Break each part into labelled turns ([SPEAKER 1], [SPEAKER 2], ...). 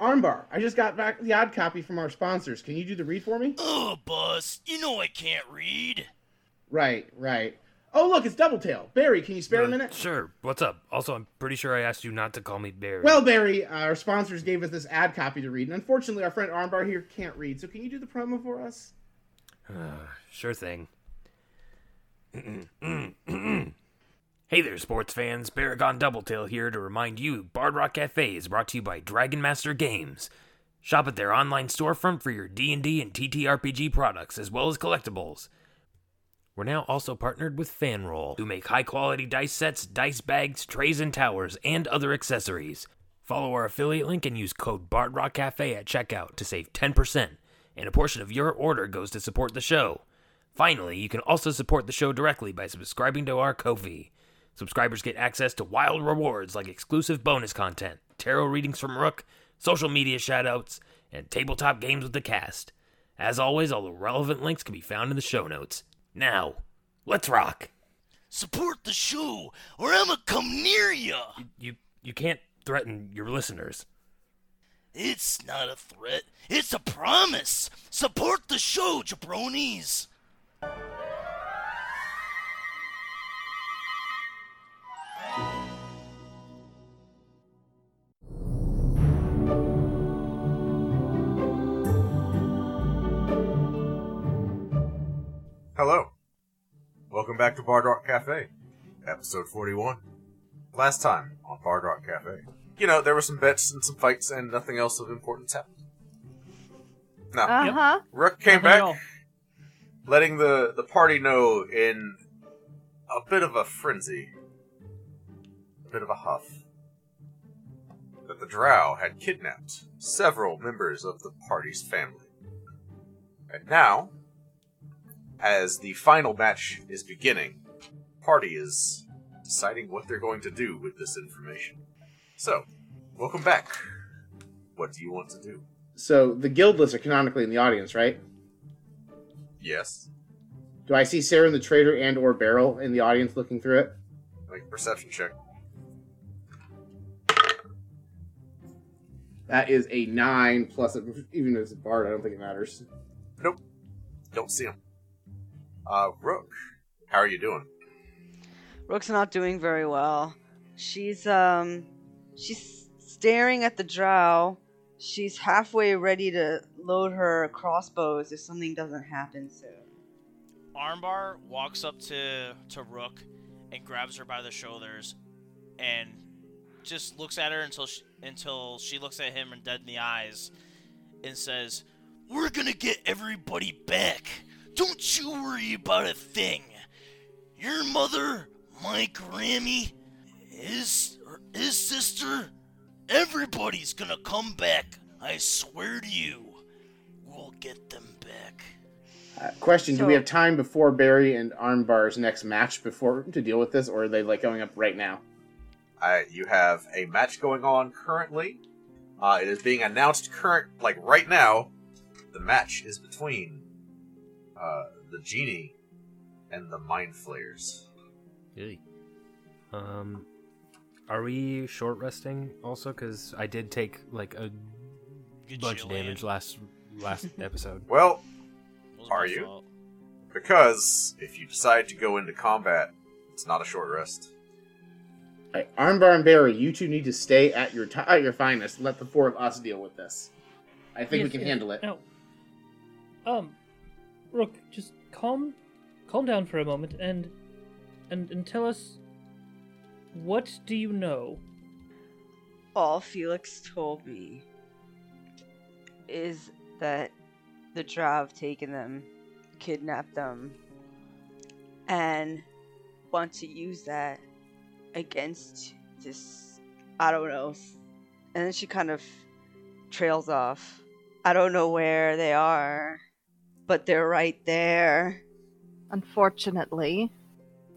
[SPEAKER 1] Armbar, I just got back the odd copy from our sponsors. Can you do the read for me?
[SPEAKER 2] Ugh, boss, you know I can't read.
[SPEAKER 1] Right, right. Oh, look, it's Doubletail. Barry, can you spare a minute?
[SPEAKER 3] Sure. What's up? Also, I'm pretty sure I asked you not to call me Barry.
[SPEAKER 1] Well, Barry, uh, our sponsors gave us this ad copy to read, and unfortunately, our friend Armbar here can't read. So, can you do the promo for us?
[SPEAKER 3] Sure thing. hey there, sports fans. Paragon Doubletail here to remind you Bard Rock Cafe is brought to you by Dragon Master Games. Shop at their online storefront for your D&D and TTRPG products, as well as collectibles. We're now also partnered with Fanroll, who make high-quality dice sets, dice bags, trays and towers, and other accessories. Follow our affiliate link and use code BARDROCKCAFE at checkout to save 10%, and a portion of your order goes to support the show. Finally, you can also support the show directly by subscribing to our Ko-fi. Subscribers get access to wild rewards like exclusive bonus content, tarot readings from Rook, social media shoutouts, and tabletop games with the cast. As always, all the relevant links can be found in the show notes. Now, let's rock.
[SPEAKER 2] Support the show, or I'ma come near ya.
[SPEAKER 3] You you can't threaten your listeners.
[SPEAKER 2] It's not a threat, it's a promise. Support the show, jabronis.
[SPEAKER 4] Hello. Welcome back to Bard Rock Cafe, episode 41. Last time on Bard Rock Cafe. You know, there were some bets and some fights, and nothing else of importance happened. No.
[SPEAKER 5] Uh huh.
[SPEAKER 4] Rook came back, letting the, the party know in a bit of a frenzy, a bit of a huff, that the drow had kidnapped several members of the party's family. And now, as the final match is beginning, party is deciding what they're going to do with this information. So, welcome back. What do you want to do?
[SPEAKER 1] So, the guildless are canonically in the audience, right?
[SPEAKER 4] Yes.
[SPEAKER 1] Do I see Saren the Traitor and or Beryl in the audience looking through it?
[SPEAKER 4] Make a perception check.
[SPEAKER 1] That is a nine plus, a, even if it's a bard, I don't think it matters.
[SPEAKER 4] Don't see him. Uh, Rook, how are you doing?
[SPEAKER 5] Rook's not doing very well. She's um she's staring at the drow. She's halfway ready to load her crossbows if something doesn't happen soon.
[SPEAKER 2] Armbar walks up to to Rook and grabs her by the shoulders and just looks at her until she, until she looks at him and dead in the eyes and says, "We're going to get everybody back. Don't you worry about a thing. Your mother, my Grammy, his his sister, everybody's going to come back. I swear to you. We'll get them back."
[SPEAKER 1] Uh, question: Do we
[SPEAKER 5] So-
[SPEAKER 1] have time before Barry and Armbar's next match before to deal with this, or are they like going up right now?
[SPEAKER 4] Uh, you have a match going on currently. Uh, it is being announced current, like right now. The match is between uh, the genie and the mind flayers.
[SPEAKER 3] Um, are we short resting also? Because I did take like a
[SPEAKER 2] Good
[SPEAKER 3] bunch of
[SPEAKER 2] Jillian.
[SPEAKER 3] damage last last episode.
[SPEAKER 4] Well,
[SPEAKER 2] Was my
[SPEAKER 4] Are you?
[SPEAKER 2] fault.
[SPEAKER 4] because if you decide to go into combat, it's not a short rest.
[SPEAKER 1] All right, Armbar and Barry, you two need to stay at your ti at your finest. Let the four of us deal with this. I think we
[SPEAKER 6] Yes,
[SPEAKER 1] can
[SPEAKER 6] yes.
[SPEAKER 1] handle it.
[SPEAKER 6] No. Um, Rook, just calm, calm down for a moment, and and and tell us what do you know?
[SPEAKER 5] All Felix told me is that the drow have taken them, kidnapped them, and want to use that against this. I don't know. And then she kind of trails off. I don't know where they are, but they're right there.
[SPEAKER 7] Unfortunately,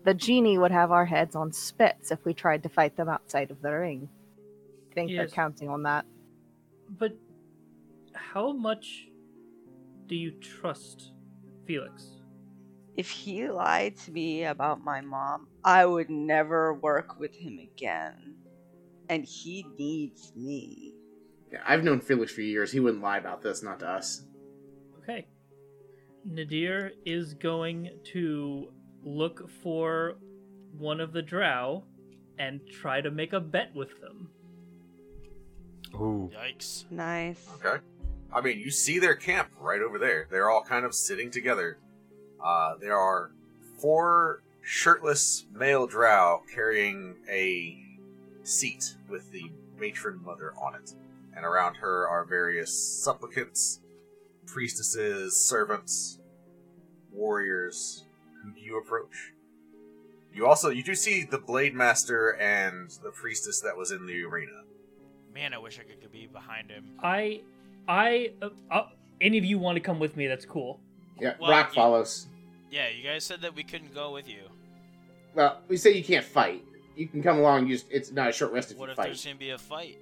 [SPEAKER 7] the genie would have our heads on spits if we tried to fight them outside of the ring. I think they're
[SPEAKER 6] Yes.
[SPEAKER 7] counting on that.
[SPEAKER 6] But how much do you trust Felix?
[SPEAKER 5] if he lied to me about my mom, I would never work with him again. And he needs me.
[SPEAKER 1] Yeah, I've known Felix for years. He wouldn't lie about this, not to us.
[SPEAKER 6] Okay. Nadir is going to look for one of the drow and try to make a bet with them.
[SPEAKER 3] Ooh.
[SPEAKER 2] Yikes.
[SPEAKER 5] Nice.
[SPEAKER 4] Okay. I mean, you see their camp right over there. They're all kind of sitting together. Uh, there are four shirtless male drow carrying a seat with the matron mother on it. And around her are various supplicants, priestesses, servants, warriors. Who do you approach? You also you do see the blade master and the priestess that was in the arena.
[SPEAKER 2] Man, I wish I could be behind him.
[SPEAKER 6] I, I, uh, uh, any of you want to come with me? That's cool.
[SPEAKER 1] Yeah,
[SPEAKER 2] Well,
[SPEAKER 1] Rock
[SPEAKER 2] you-
[SPEAKER 1] follows.
[SPEAKER 2] Yeah, you guys said that we couldn't go with you.
[SPEAKER 1] Well, we say you can't fight. You can come along. You just, it's not a short rest if
[SPEAKER 2] What
[SPEAKER 1] you
[SPEAKER 2] if
[SPEAKER 1] fight.
[SPEAKER 2] there's gonna be a fight?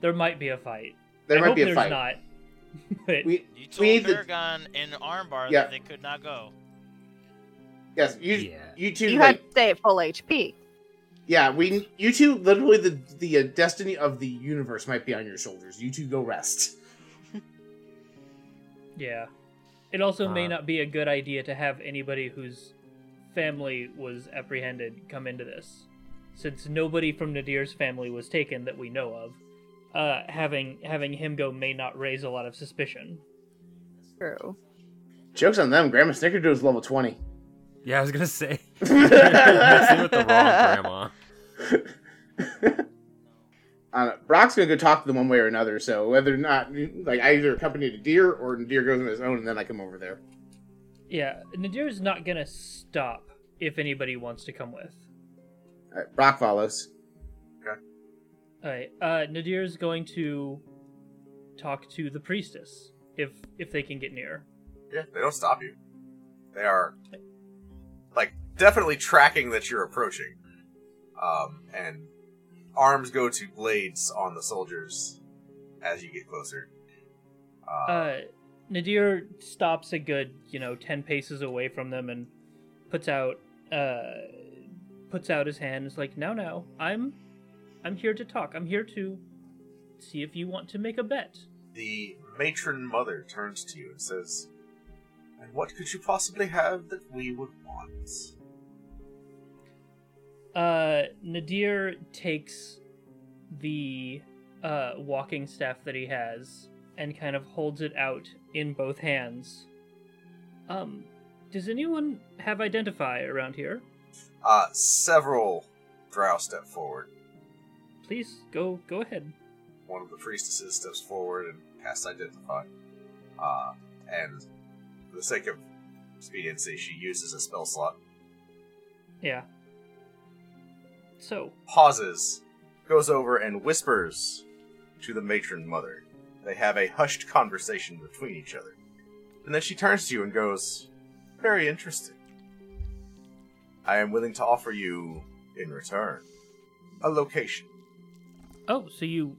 [SPEAKER 6] There might be a fight.
[SPEAKER 1] There
[SPEAKER 6] I
[SPEAKER 1] might
[SPEAKER 6] hope
[SPEAKER 1] be a
[SPEAKER 6] there's
[SPEAKER 1] fight.
[SPEAKER 6] not. but
[SPEAKER 1] We
[SPEAKER 2] You
[SPEAKER 1] need
[SPEAKER 2] told
[SPEAKER 1] the-
[SPEAKER 2] Paragon in Armbar
[SPEAKER 1] Yeah.
[SPEAKER 2] that they could not go.
[SPEAKER 1] yes, you
[SPEAKER 3] Yeah.
[SPEAKER 1] you two
[SPEAKER 7] You
[SPEAKER 1] like
[SPEAKER 7] had to stay at full HP.
[SPEAKER 1] yeah we you two literally the the uh, destiny of the universe might be on your shoulders. You two go rest.
[SPEAKER 6] yeah, it also may
[SPEAKER 3] Uh.
[SPEAKER 6] not be a good idea to have anybody whose family was apprehended come into this, since nobody from Nadir's family was taken that we know of. Uh, having having him go may not raise a lot of suspicion.
[SPEAKER 7] True.
[SPEAKER 1] Jokes on them. Grandma Snickerdoodle is level twenty.
[SPEAKER 3] Yeah, I was gonna say. Messing with the wrong grandma.
[SPEAKER 1] I don't know. Brock's gonna go talk to them one way or another. So whether or not like I either accompany the deer or the deer goes on his own and then I come over there.
[SPEAKER 6] Yeah, Nadir's not gonna stop if anybody wants to come with.
[SPEAKER 1] All right, Brock follows.
[SPEAKER 6] Alright, uh, Nadir's going to talk to the priestess if if they can get near.
[SPEAKER 4] Yeah, they don't stop you. They are like definitely tracking that you're approaching. Um, and arms go to blades on the soldiers as you get closer. Uh,
[SPEAKER 6] Uh, Nadir stops a good, you know, ten paces away from them and puts out uh, puts out his hand. It's like, no, no, I'm I'm here to talk. I'm here to see if you want to make a bet.
[SPEAKER 4] the matron mother turns to you and says, "And what could you possibly have that we would want?"
[SPEAKER 6] Uh, Nadir takes the uh, walking staff that he has and kind of holds it out in both hands. Um, does anyone have Identify around here?
[SPEAKER 4] Uh, several drow step forward.
[SPEAKER 6] Please go go ahead.
[SPEAKER 4] one of the priestesses steps forward and casts Identify. Uh, and for the sake of expediency, she uses a spell slot,
[SPEAKER 6] Yeah. So,
[SPEAKER 4] pauses, goes over and whispers to the matron mother. They have a hushed conversation between each other. And then she turns to you and goes, Very interesting. I am willing to offer you, in return, a location.
[SPEAKER 6] oh, so you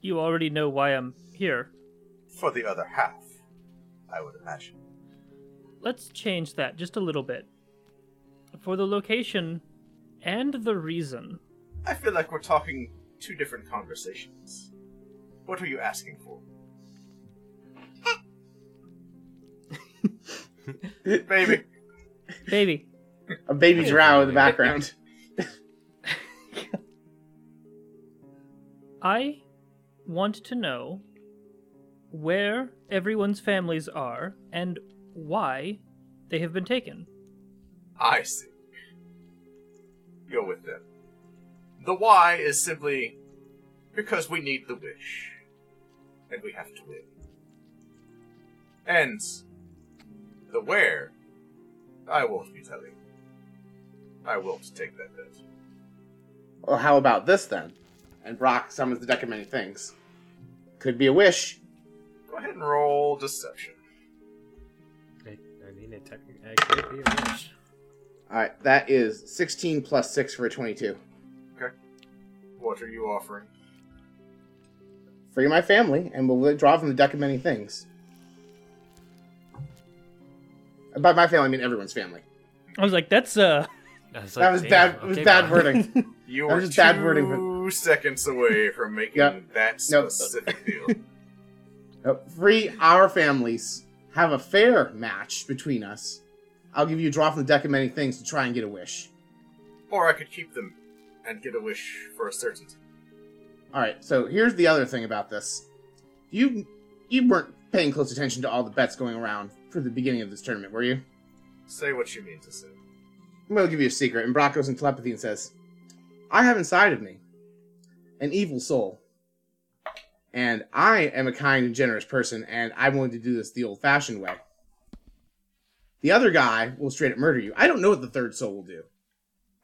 [SPEAKER 6] you already know why I'm here.
[SPEAKER 4] For the other half, I would imagine.
[SPEAKER 6] Let's change that just a little bit. For the location and the reason.
[SPEAKER 4] I feel like we're talking two different conversations. What are you asking for? Baby.
[SPEAKER 6] Baby,
[SPEAKER 1] A baby drow in the background.
[SPEAKER 6] I want to know where everyone's families are and why they have been taken.
[SPEAKER 4] I see. Go with them. The why is simply because we need the wish. And we have to win. And the where, I won't be telling. I won't take that bet.
[SPEAKER 1] Well, how about this then? And Brock summons the deck of many things. Could be a wish.
[SPEAKER 4] Go ahead and roll deception.
[SPEAKER 8] I, I mean, it technically it could be a wish.
[SPEAKER 1] All right, that is 16 plus 6 for a 22.
[SPEAKER 4] What are you offering?
[SPEAKER 1] Free my family, and we'll draw from the deck of many things. By my family, I mean everyone's family.
[SPEAKER 6] I was like, that's uh,
[SPEAKER 8] I was
[SPEAKER 1] That was
[SPEAKER 8] "Damn,
[SPEAKER 1] bad. It was
[SPEAKER 8] okay,
[SPEAKER 1] bad
[SPEAKER 8] Bob."
[SPEAKER 1] wording.
[SPEAKER 4] You
[SPEAKER 1] That
[SPEAKER 4] were
[SPEAKER 1] was
[SPEAKER 4] two
[SPEAKER 1] just bad wording, but-
[SPEAKER 4] seconds away from making
[SPEAKER 1] Yeah.
[SPEAKER 4] that
[SPEAKER 1] No.
[SPEAKER 4] specific deal.
[SPEAKER 1] Uh, Free our families. Have a fair match between us. I'll give you a draw from the deck of many things to try and get a wish.
[SPEAKER 4] Or I could keep them and get a wish for a certainty.
[SPEAKER 1] All right. So here's the other thing about this. You you weren't paying close attention to all the bets going around for the beginning of this tournament, were you?
[SPEAKER 4] Say what you mean to say.
[SPEAKER 1] I'm gonna give you a secret. And Brock goes in telepathy and says, I have inside of me an evil soul. And I am a kind and generous person, and I'm willing to do this the old fashioned way. The other guy will straight up murder you. I don't know what the third soul will do.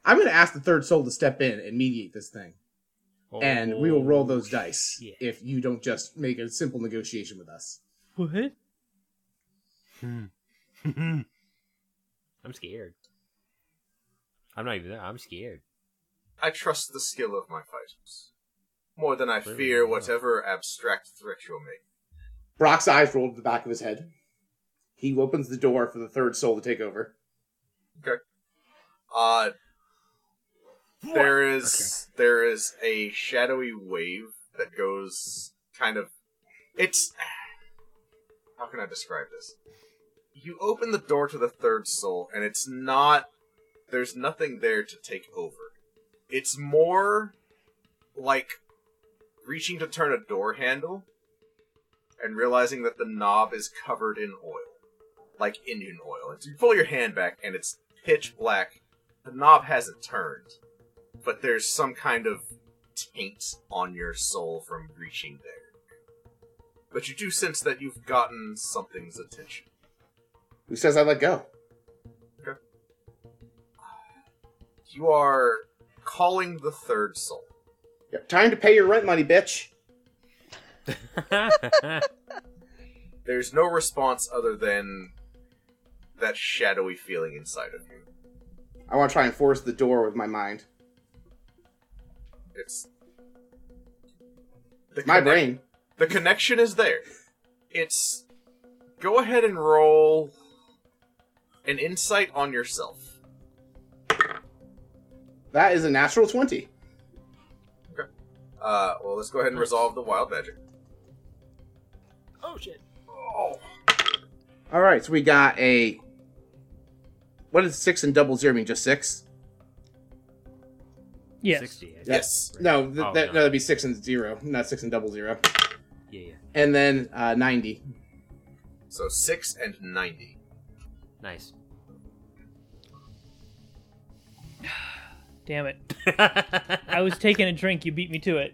[SPEAKER 1] I'm gonna ask the third soul to step in and mediate this thing. and we will roll those dice
[SPEAKER 8] shit.
[SPEAKER 1] if you don't just make a simple negotiation with us.
[SPEAKER 6] what?
[SPEAKER 8] Hmm. I'm scared. I'm not even there. I'm scared.
[SPEAKER 4] I trust the skill of my fighters. More than I
[SPEAKER 8] Clearly
[SPEAKER 4] fear
[SPEAKER 8] not.
[SPEAKER 4] whatever abstract threat you'll make.
[SPEAKER 1] Brock's eyes roll to the back of his head. He opens the door for the third soul to take over.
[SPEAKER 4] Uh there is there is a shadowy wave that goes kind of it's how can I describe this? You open the door to the third soul and it's not there's nothing there to take over. It's more like reaching to turn a door handle and realizing that the knob is covered in oil. Like Indian oil. You pull your hand back and it's pitch black the knob hasn't turned, but there's some kind of taint on your soul from reaching there. But you do sense that you've gotten something's attention.
[SPEAKER 1] Who says I let go?
[SPEAKER 4] You are calling the third soul.
[SPEAKER 1] Yep, time to pay your rent money, bitch.
[SPEAKER 4] There's no response other than that shadowy feeling inside of you.
[SPEAKER 1] I want to try and force the door with my mind.
[SPEAKER 4] It's the
[SPEAKER 1] My
[SPEAKER 4] connect-
[SPEAKER 1] brain.
[SPEAKER 4] The connection is there. It's go ahead and roll an insight on yourself.
[SPEAKER 1] That is a natural 20.
[SPEAKER 4] Uh, well, let's go ahead and resolve the wild magic.
[SPEAKER 8] oh shit.
[SPEAKER 4] Oh,
[SPEAKER 1] All right, so we got a. What does six and double zero mean? Just six?
[SPEAKER 6] Yes.
[SPEAKER 8] 60, I think.
[SPEAKER 4] Yes.
[SPEAKER 8] Right.
[SPEAKER 1] No, th-
[SPEAKER 8] Oh,
[SPEAKER 1] that,
[SPEAKER 8] no.
[SPEAKER 1] no, that'd be six and zero, not six and double zero.
[SPEAKER 8] Yeah, yeah.
[SPEAKER 1] And then uh, 90.
[SPEAKER 4] so six and ninety.
[SPEAKER 8] Nice.
[SPEAKER 6] Damn it! I was taking a drink. You beat me to it.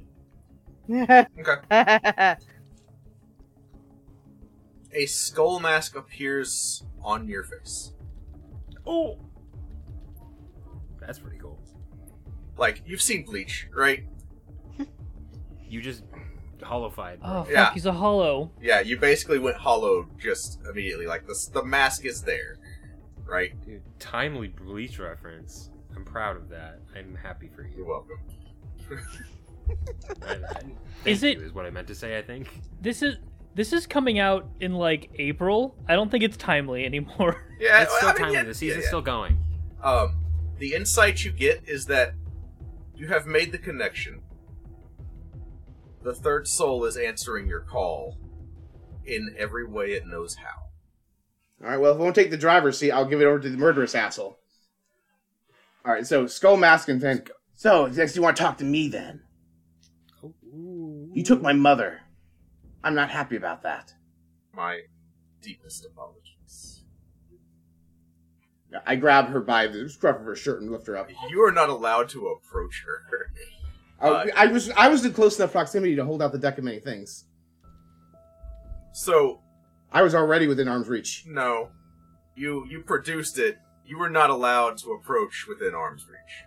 [SPEAKER 4] A skull mask appears on your face.
[SPEAKER 8] oh. That's pretty cool.
[SPEAKER 4] Like you've seen Bleach, right?
[SPEAKER 8] You just hollowified.
[SPEAKER 6] Oh fuck!
[SPEAKER 4] Yeah.
[SPEAKER 6] He's a hollow.
[SPEAKER 4] Yeah, you basically went hollow just immediately. Like the the mask is there, right?
[SPEAKER 8] Dude, timely bleach reference. I'm proud of that. I'm happy for
[SPEAKER 4] You're
[SPEAKER 8] you.
[SPEAKER 4] welcome.
[SPEAKER 8] I- I- thank
[SPEAKER 6] Is it-
[SPEAKER 8] you is what I meant to say, I think.
[SPEAKER 6] This is this is coming out in like April. I don't think it's timely anymore.
[SPEAKER 4] Yeah,
[SPEAKER 8] it's still
[SPEAKER 4] Uh, I mean,
[SPEAKER 8] timely.
[SPEAKER 4] yeah,
[SPEAKER 8] the
[SPEAKER 4] yeah,
[SPEAKER 8] season's
[SPEAKER 4] yeah.
[SPEAKER 8] still going.
[SPEAKER 4] Um, the insight you get is that you have made the connection. The third soul is answering your call in every way it knows how.
[SPEAKER 1] All right, well, if I won't take the driver's seat, I'll give it over to the murderous asshole. All right, so skull mask and then. So, next you want to talk to me then? You took my mother. I'm not happy about that.
[SPEAKER 4] My deepest apologies.
[SPEAKER 1] I grab her by the scruff of her shirt and lift her up.
[SPEAKER 4] You are not allowed to approach her.
[SPEAKER 1] I,
[SPEAKER 4] Uh,
[SPEAKER 1] I was I was in close enough proximity to hold out the deck of many things.
[SPEAKER 4] So
[SPEAKER 1] I was already within arm's reach.
[SPEAKER 4] no, you you produced it. You were not allowed to approach within arm's reach.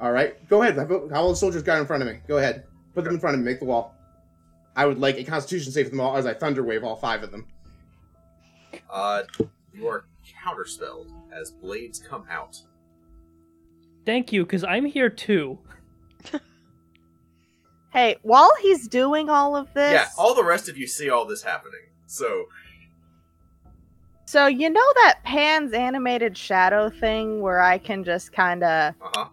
[SPEAKER 1] All right, go ahead. How old soldiers got in front of me? Go ahead, put them in front of me. Make the wall. I would like a Constitution save for them all as I thunder wave all five of them.
[SPEAKER 4] Uh, you are counterspelled as blades come out.
[SPEAKER 6] Thank you, because I'm here too.
[SPEAKER 7] hey, while he's doing all of this,
[SPEAKER 4] Yeah, all the rest of you see all this happening. So
[SPEAKER 7] So you know that Pan's animated shadow thing where I can just kind of
[SPEAKER 4] Uh huh.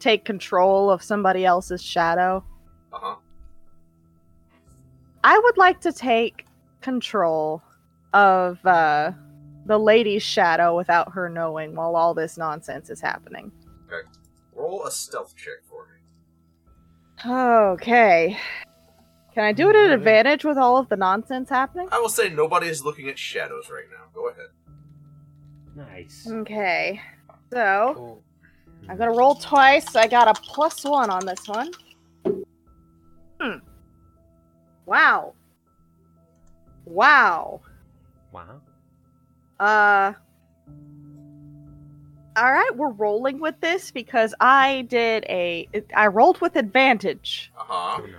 [SPEAKER 7] take control of somebody else's shadow?
[SPEAKER 4] Uh huh.
[SPEAKER 7] I would like to take control of uh, the lady's shadow without her knowing while all this nonsense is happening.
[SPEAKER 4] Roll a stealth check for me.
[SPEAKER 7] Okay. Can I do it at advantage with all of the nonsense happening?
[SPEAKER 4] I will say nobody is looking at shadows right now. Go ahead.
[SPEAKER 8] Nice.
[SPEAKER 7] Okay. So
[SPEAKER 8] Cool.
[SPEAKER 4] Hmm.
[SPEAKER 7] I'm gonna roll twice. I got a plus one on this one. Hmm. Wow. Wow.
[SPEAKER 8] Wow.
[SPEAKER 7] Uh. All right, we're rolling with this because I did a. I rolled with advantage.
[SPEAKER 4] Uh huh.
[SPEAKER 8] Oh no.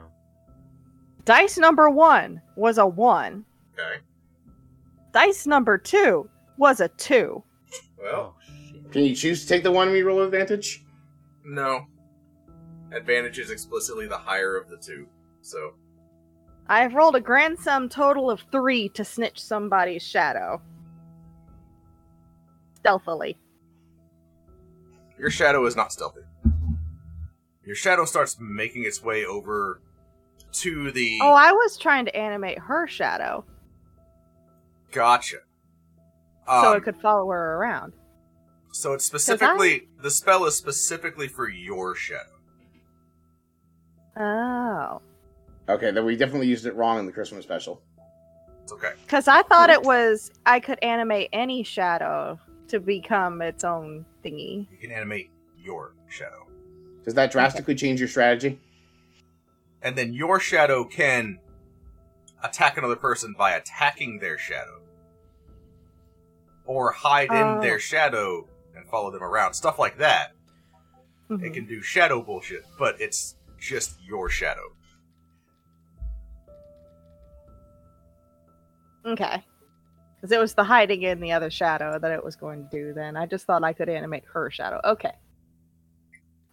[SPEAKER 7] Dice number one was a one.
[SPEAKER 4] Okay.
[SPEAKER 7] Dice number two was a two.
[SPEAKER 8] Oh
[SPEAKER 4] Well,
[SPEAKER 8] shit.
[SPEAKER 1] Can you choose to take the one we roll advantage?
[SPEAKER 4] no. Advantage is explicitly the higher of the two. So,
[SPEAKER 7] I've rolled a grand sum total of three to snitch somebody's shadow. Stealthily.
[SPEAKER 4] your shadow is not stealthy. Your shadow starts making its way over to the.
[SPEAKER 7] Oh, I was trying to animate her shadow
[SPEAKER 4] gotcha.
[SPEAKER 7] so
[SPEAKER 4] Um,
[SPEAKER 7] it could follow her around.
[SPEAKER 4] So it's specifically the spell is specifically for your shadow.
[SPEAKER 7] Oh.
[SPEAKER 1] Okay, then we definitely used it wrong in the Christmas special.
[SPEAKER 4] It's okay.
[SPEAKER 7] Because I thought it was I could animate any shadow to become its own thingy.
[SPEAKER 4] You can animate your shadow,
[SPEAKER 1] Does that drastically change your strategy?
[SPEAKER 4] and then your shadow can attack another person by attacking their shadow, or hide in
[SPEAKER 7] Oh.
[SPEAKER 4] their shadow and follow them around. Stuff like that. It
[SPEAKER 7] Mhm.
[SPEAKER 4] can do shadow bullshit, but it's just your shadow.
[SPEAKER 7] Okay. Because it was the hiding in the other shadow that it was going to do then. I just thought I could animate her shadow. Okay.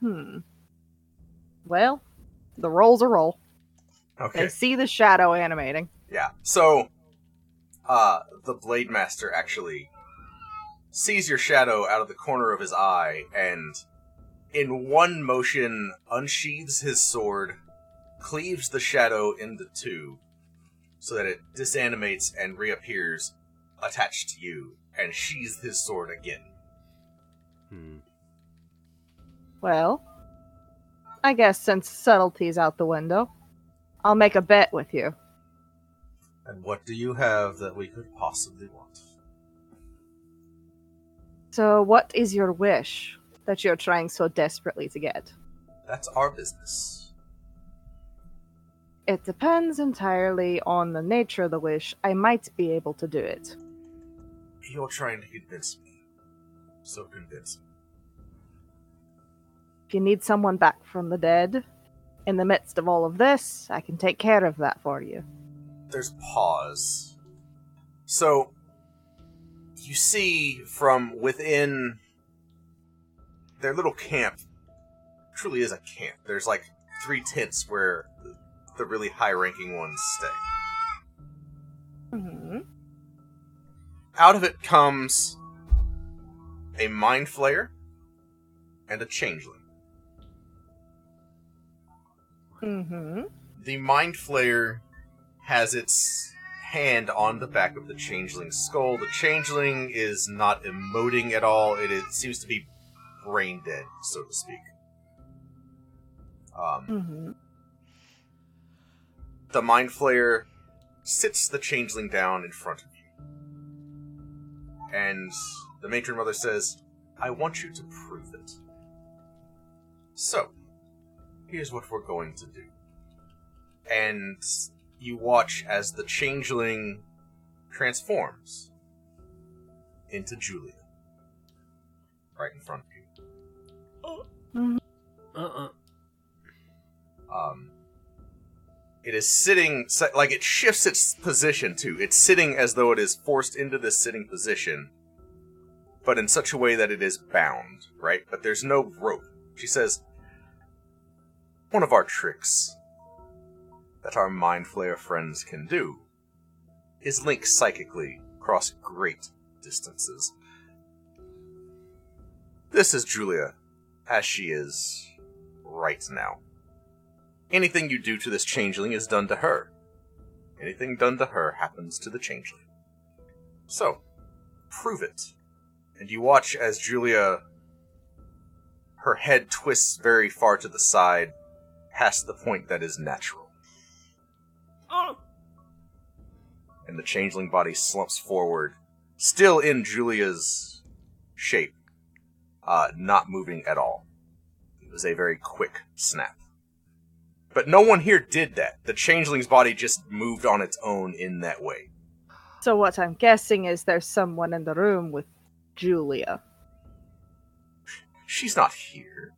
[SPEAKER 7] Hmm. Well, the roll's a roll.
[SPEAKER 4] Okay.
[SPEAKER 7] They see the shadow animating.
[SPEAKER 4] Yeah. So, uh, the Blade Master actually sees your shadow out of the corner of his eye and, in one motion, unsheathes his sword, cleaves the shadow into two, so that it disanimates and reappears attached to you, and sheathes his sword again.
[SPEAKER 8] Hmm.
[SPEAKER 7] Well, I guess since subtlety's out the window, I'll make a bet with you.
[SPEAKER 4] And what do you have that we could possibly want?
[SPEAKER 7] So, what is your wish that you're trying so desperately to get?
[SPEAKER 4] That's our business.
[SPEAKER 7] It depends entirely on the nature of the wish. I might be able to do it.
[SPEAKER 4] You're trying to convince me. So convince me.
[SPEAKER 7] If you need someone back from the dead, in the midst of all of this, I can take care of that for you.
[SPEAKER 4] there's pause. So you see from within their little camp truly is a camp. There's like three tents where the really high ranking ones stay.
[SPEAKER 7] Mm-hmm.
[SPEAKER 4] Out of it comes a mind flayer and a changeling.
[SPEAKER 7] Mm-hmm.
[SPEAKER 4] The mind flayer has its hand on the back of the changeling's skull. The changeling is not emoting at all. It, it seems to be brain dead, so to speak. Um,
[SPEAKER 7] Mm-hmm.
[SPEAKER 4] the mind flayer sits the changeling down in front of you, and the matron mother says, "I want you to prove it." So, here's what we're going to do. and you watch as the changeling transforms into Julia. Right in front of you.
[SPEAKER 8] Uh
[SPEAKER 7] Uh-uh.
[SPEAKER 8] uh.
[SPEAKER 4] Um, it is sitting, so- like, it shifts its position too. It's sitting as though it is forced into this sitting position, but in such a way that it is bound, right? But there's no rope. She says, One of our tricks that our mind flayer friends can do is link psychically across great distances. This is Julia, as she is right now. Anything you do to this changeling is done to her. Anything done to her happens to the changeling. So, prove it. And you watch as Julia, her head twists very far to the side, past the point that is natural.
[SPEAKER 8] Oh,
[SPEAKER 4] and the changeling body slumps forward, still in Julia's shape, uh, not moving at all. It was a very quick snap. But no one here did that. The changeling's body just moved on its own in that way.
[SPEAKER 7] So what I'm guessing is there's someone in the room with Julia.
[SPEAKER 4] She's not here.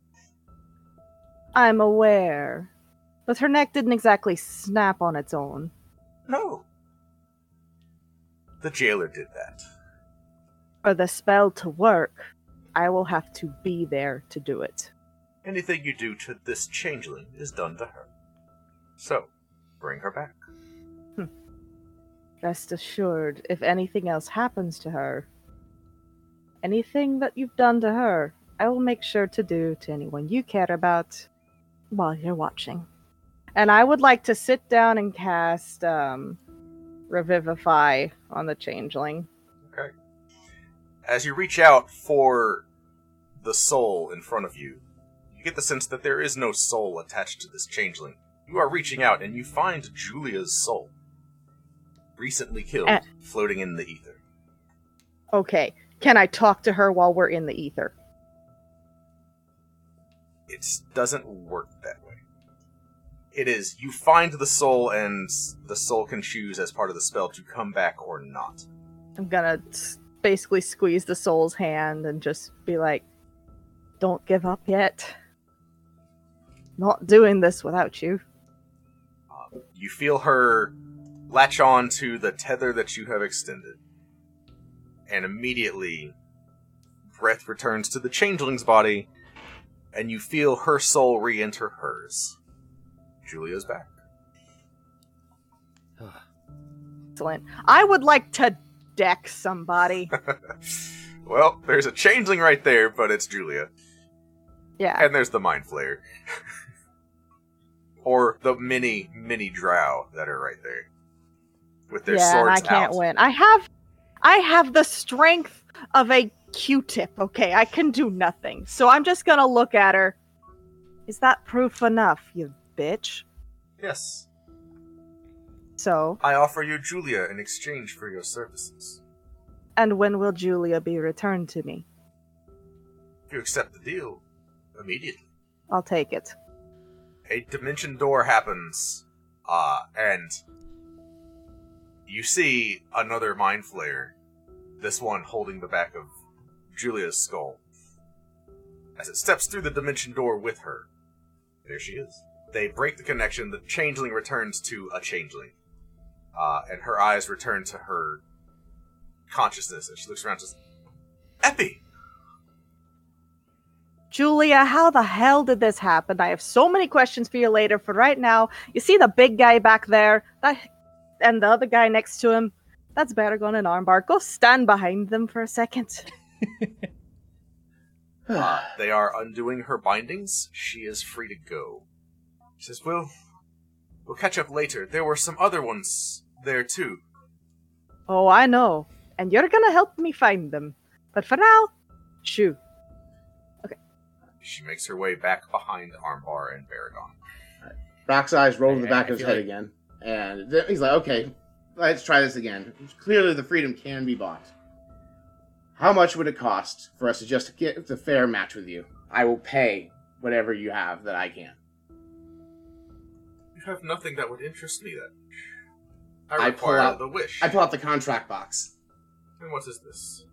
[SPEAKER 7] I'm aware. But her neck didn't exactly snap on its own.
[SPEAKER 4] No. The jailer did that.
[SPEAKER 7] For the spell to work, I will have to be there to do it.
[SPEAKER 4] Anything you do to this changeling is done to her. So, bring her back.
[SPEAKER 7] Rest assured, if anything else happens to her, anything that you've done to her, I will make sure to do to anyone you care about while you're watching. And I would like to sit down and cast um, Revivify on the Changeling.
[SPEAKER 4] as you reach out for the soul in front of you, you get the sense that there is no soul attached to this changeling. You are reaching out and you find Julia's soul, recently killed,
[SPEAKER 7] Eh.
[SPEAKER 4] floating in the ether.
[SPEAKER 7] Okay, can I talk to her while we're in the ether?
[SPEAKER 4] It doesn't work that way. It is, you find the soul, and the soul can choose as part of the spell to come back or not.
[SPEAKER 7] I'm gonna s- basically squeeze the soul's hand and just be like, don't give up yet. Not doing this without you.
[SPEAKER 4] You feel her latch on to the tether that you have extended. And immediately, breath returns to the changeling's body, and you feel her soul re enter hers. Julia's back.
[SPEAKER 7] Excellent. I would like to deck somebody.
[SPEAKER 4] well, there's a changeling right there, but it's Julia.
[SPEAKER 7] Yeah.
[SPEAKER 4] And there's the mind flayer. or the mini, mini drow that are right there. With their
[SPEAKER 7] yeah, and I
[SPEAKER 4] swords
[SPEAKER 7] can't
[SPEAKER 4] out.
[SPEAKER 7] win. I have I have the strength of a Q-tip, okay? I can do nothing. So I'm just going to look at her. Is that proof enough, you bitch?
[SPEAKER 4] Yes.
[SPEAKER 7] So,
[SPEAKER 4] I offer you Julia in exchange for your services.
[SPEAKER 7] and when will Julia be returned to me?
[SPEAKER 4] If you accept the deal, immediately.
[SPEAKER 7] I'll take it.
[SPEAKER 4] A dimension door happens, uh, and you see another mind flayer, this one holding the back of Julia's skull. As it steps through the dimension door with her, there she is. They break the connection, the changeling returns to a changeling. Uh, and her eyes return to her consciousness, and she looks around and says, Epi!
[SPEAKER 7] Julia, how the hell did this happen? I have so many questions for you later. For right now, you see the big guy back there, that, and the other guy next to him. That's Baragon and Armbar. Go stand behind them for a second.
[SPEAKER 4] Uh, they are undoing her bindings. She is free to go. She says, Well, we'll catch up later. There were some other ones there too.
[SPEAKER 7] Oh, I know. And you're gonna help me find them. But for now, shoo.
[SPEAKER 4] She makes her way back behind Armbar and Baragon.
[SPEAKER 1] Brock's eyes roll in the
[SPEAKER 8] I-
[SPEAKER 1] back
[SPEAKER 8] I
[SPEAKER 1] of his
[SPEAKER 8] feel
[SPEAKER 1] head
[SPEAKER 8] like-
[SPEAKER 1] again, and th- he's like, "Okay, let's try this again." Clearly, the freedom can be bought. How much would it cost for us to just get the fair match with you? I will pay whatever you have that I can.
[SPEAKER 4] You have nothing that would interest me then.
[SPEAKER 1] I
[SPEAKER 4] I require
[SPEAKER 1] pull out-
[SPEAKER 4] the wish.
[SPEAKER 1] I pull out the contract box.
[SPEAKER 4] and what is this?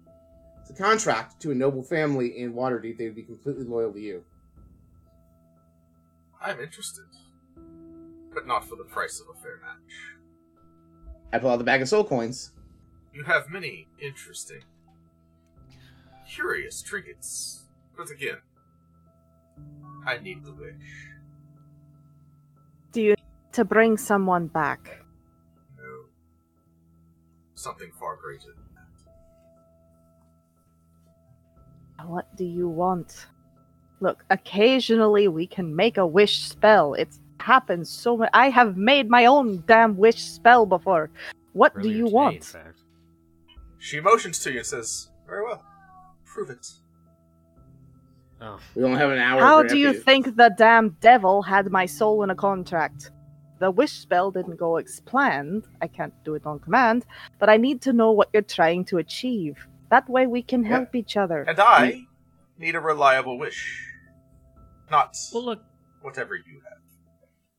[SPEAKER 1] It's a contract to a noble family in Waterdeep. They would be completely loyal to you.
[SPEAKER 4] I'm interested. But not for the price of a fair match.
[SPEAKER 1] I pull out the bag of soul coins.
[SPEAKER 4] You have many interesting, curious trinkets. But again, I need the wish.
[SPEAKER 7] Do you to bring someone back?
[SPEAKER 4] No. Something far greater than that.
[SPEAKER 7] What do you want? Look, occasionally we can make a wish spell. It's happened so much. I have made my own damn wish spell before. What
[SPEAKER 8] Earlier
[SPEAKER 7] do you
[SPEAKER 8] today, In
[SPEAKER 7] want?
[SPEAKER 8] fact.
[SPEAKER 4] She motions to you and says, Very well. Prove it.
[SPEAKER 8] Oh,
[SPEAKER 1] We only have an hour.
[SPEAKER 7] How
[SPEAKER 1] per
[SPEAKER 7] do you
[SPEAKER 1] episode.
[SPEAKER 7] think the damn devil had my soul in a contract? The wish spell didn't go as planned. I can't do it on command, but I need to know what you're trying to achieve. That way we can
[SPEAKER 4] Yeah.
[SPEAKER 7] help each other.
[SPEAKER 4] And I need a reliable wish. Not
[SPEAKER 6] Well, look,
[SPEAKER 4] whatever you have.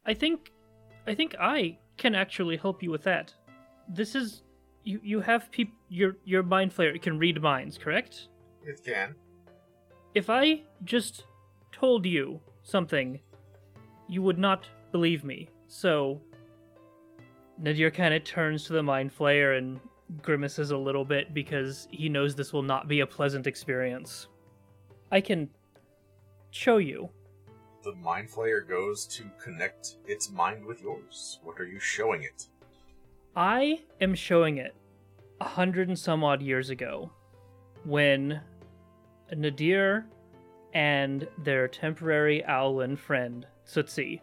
[SPEAKER 6] I think I think I can actually help you with that. This is you you have peop your your mind flayer can read minds, correct?
[SPEAKER 4] It can.
[SPEAKER 6] If I just told you something, you would not believe me. So Nadir kind of turns to the mind flayer and grimaces a little bit because he knows this will not be a pleasant experience. I can show you.
[SPEAKER 4] The mind flayer goes to connect its mind with yours. What are you showing it?
[SPEAKER 6] I am showing it a hundred and some odd years ago when Nadir and their temporary Owlin friend, Tsutsi,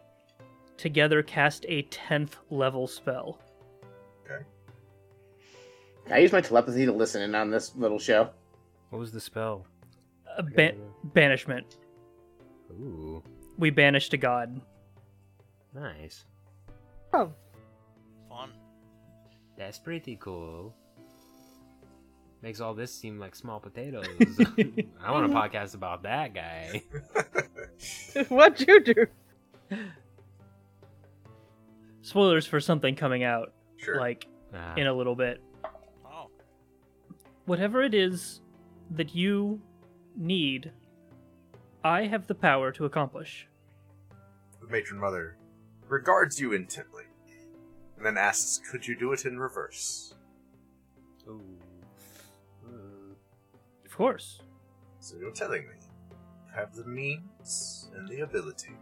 [SPEAKER 6] together cast a 10th level spell.
[SPEAKER 1] I use my telepathy to listen in on this little show.
[SPEAKER 8] what was the spell?
[SPEAKER 6] A ban- banishment.
[SPEAKER 8] Ooh,
[SPEAKER 6] We banished a god.
[SPEAKER 8] nice.
[SPEAKER 7] Oh,
[SPEAKER 2] Fun.
[SPEAKER 8] That's pretty cool. Makes all this seem like small potatoes. I want a
[SPEAKER 7] Mm-hmm.
[SPEAKER 8] podcast about that guy.
[SPEAKER 7] what'd you do?
[SPEAKER 6] Spoilers for something coming out,
[SPEAKER 4] Sure.
[SPEAKER 6] like,
[SPEAKER 8] Ah,
[SPEAKER 6] in a little bit.
[SPEAKER 2] Oh,
[SPEAKER 6] whatever it is that you need, I have the power to accomplish.
[SPEAKER 4] the matron mother regards you intently and then asks, Could you do it in reverse?
[SPEAKER 8] ooh. Ooh.
[SPEAKER 6] Of course.
[SPEAKER 4] So you're telling me you have the means and the ability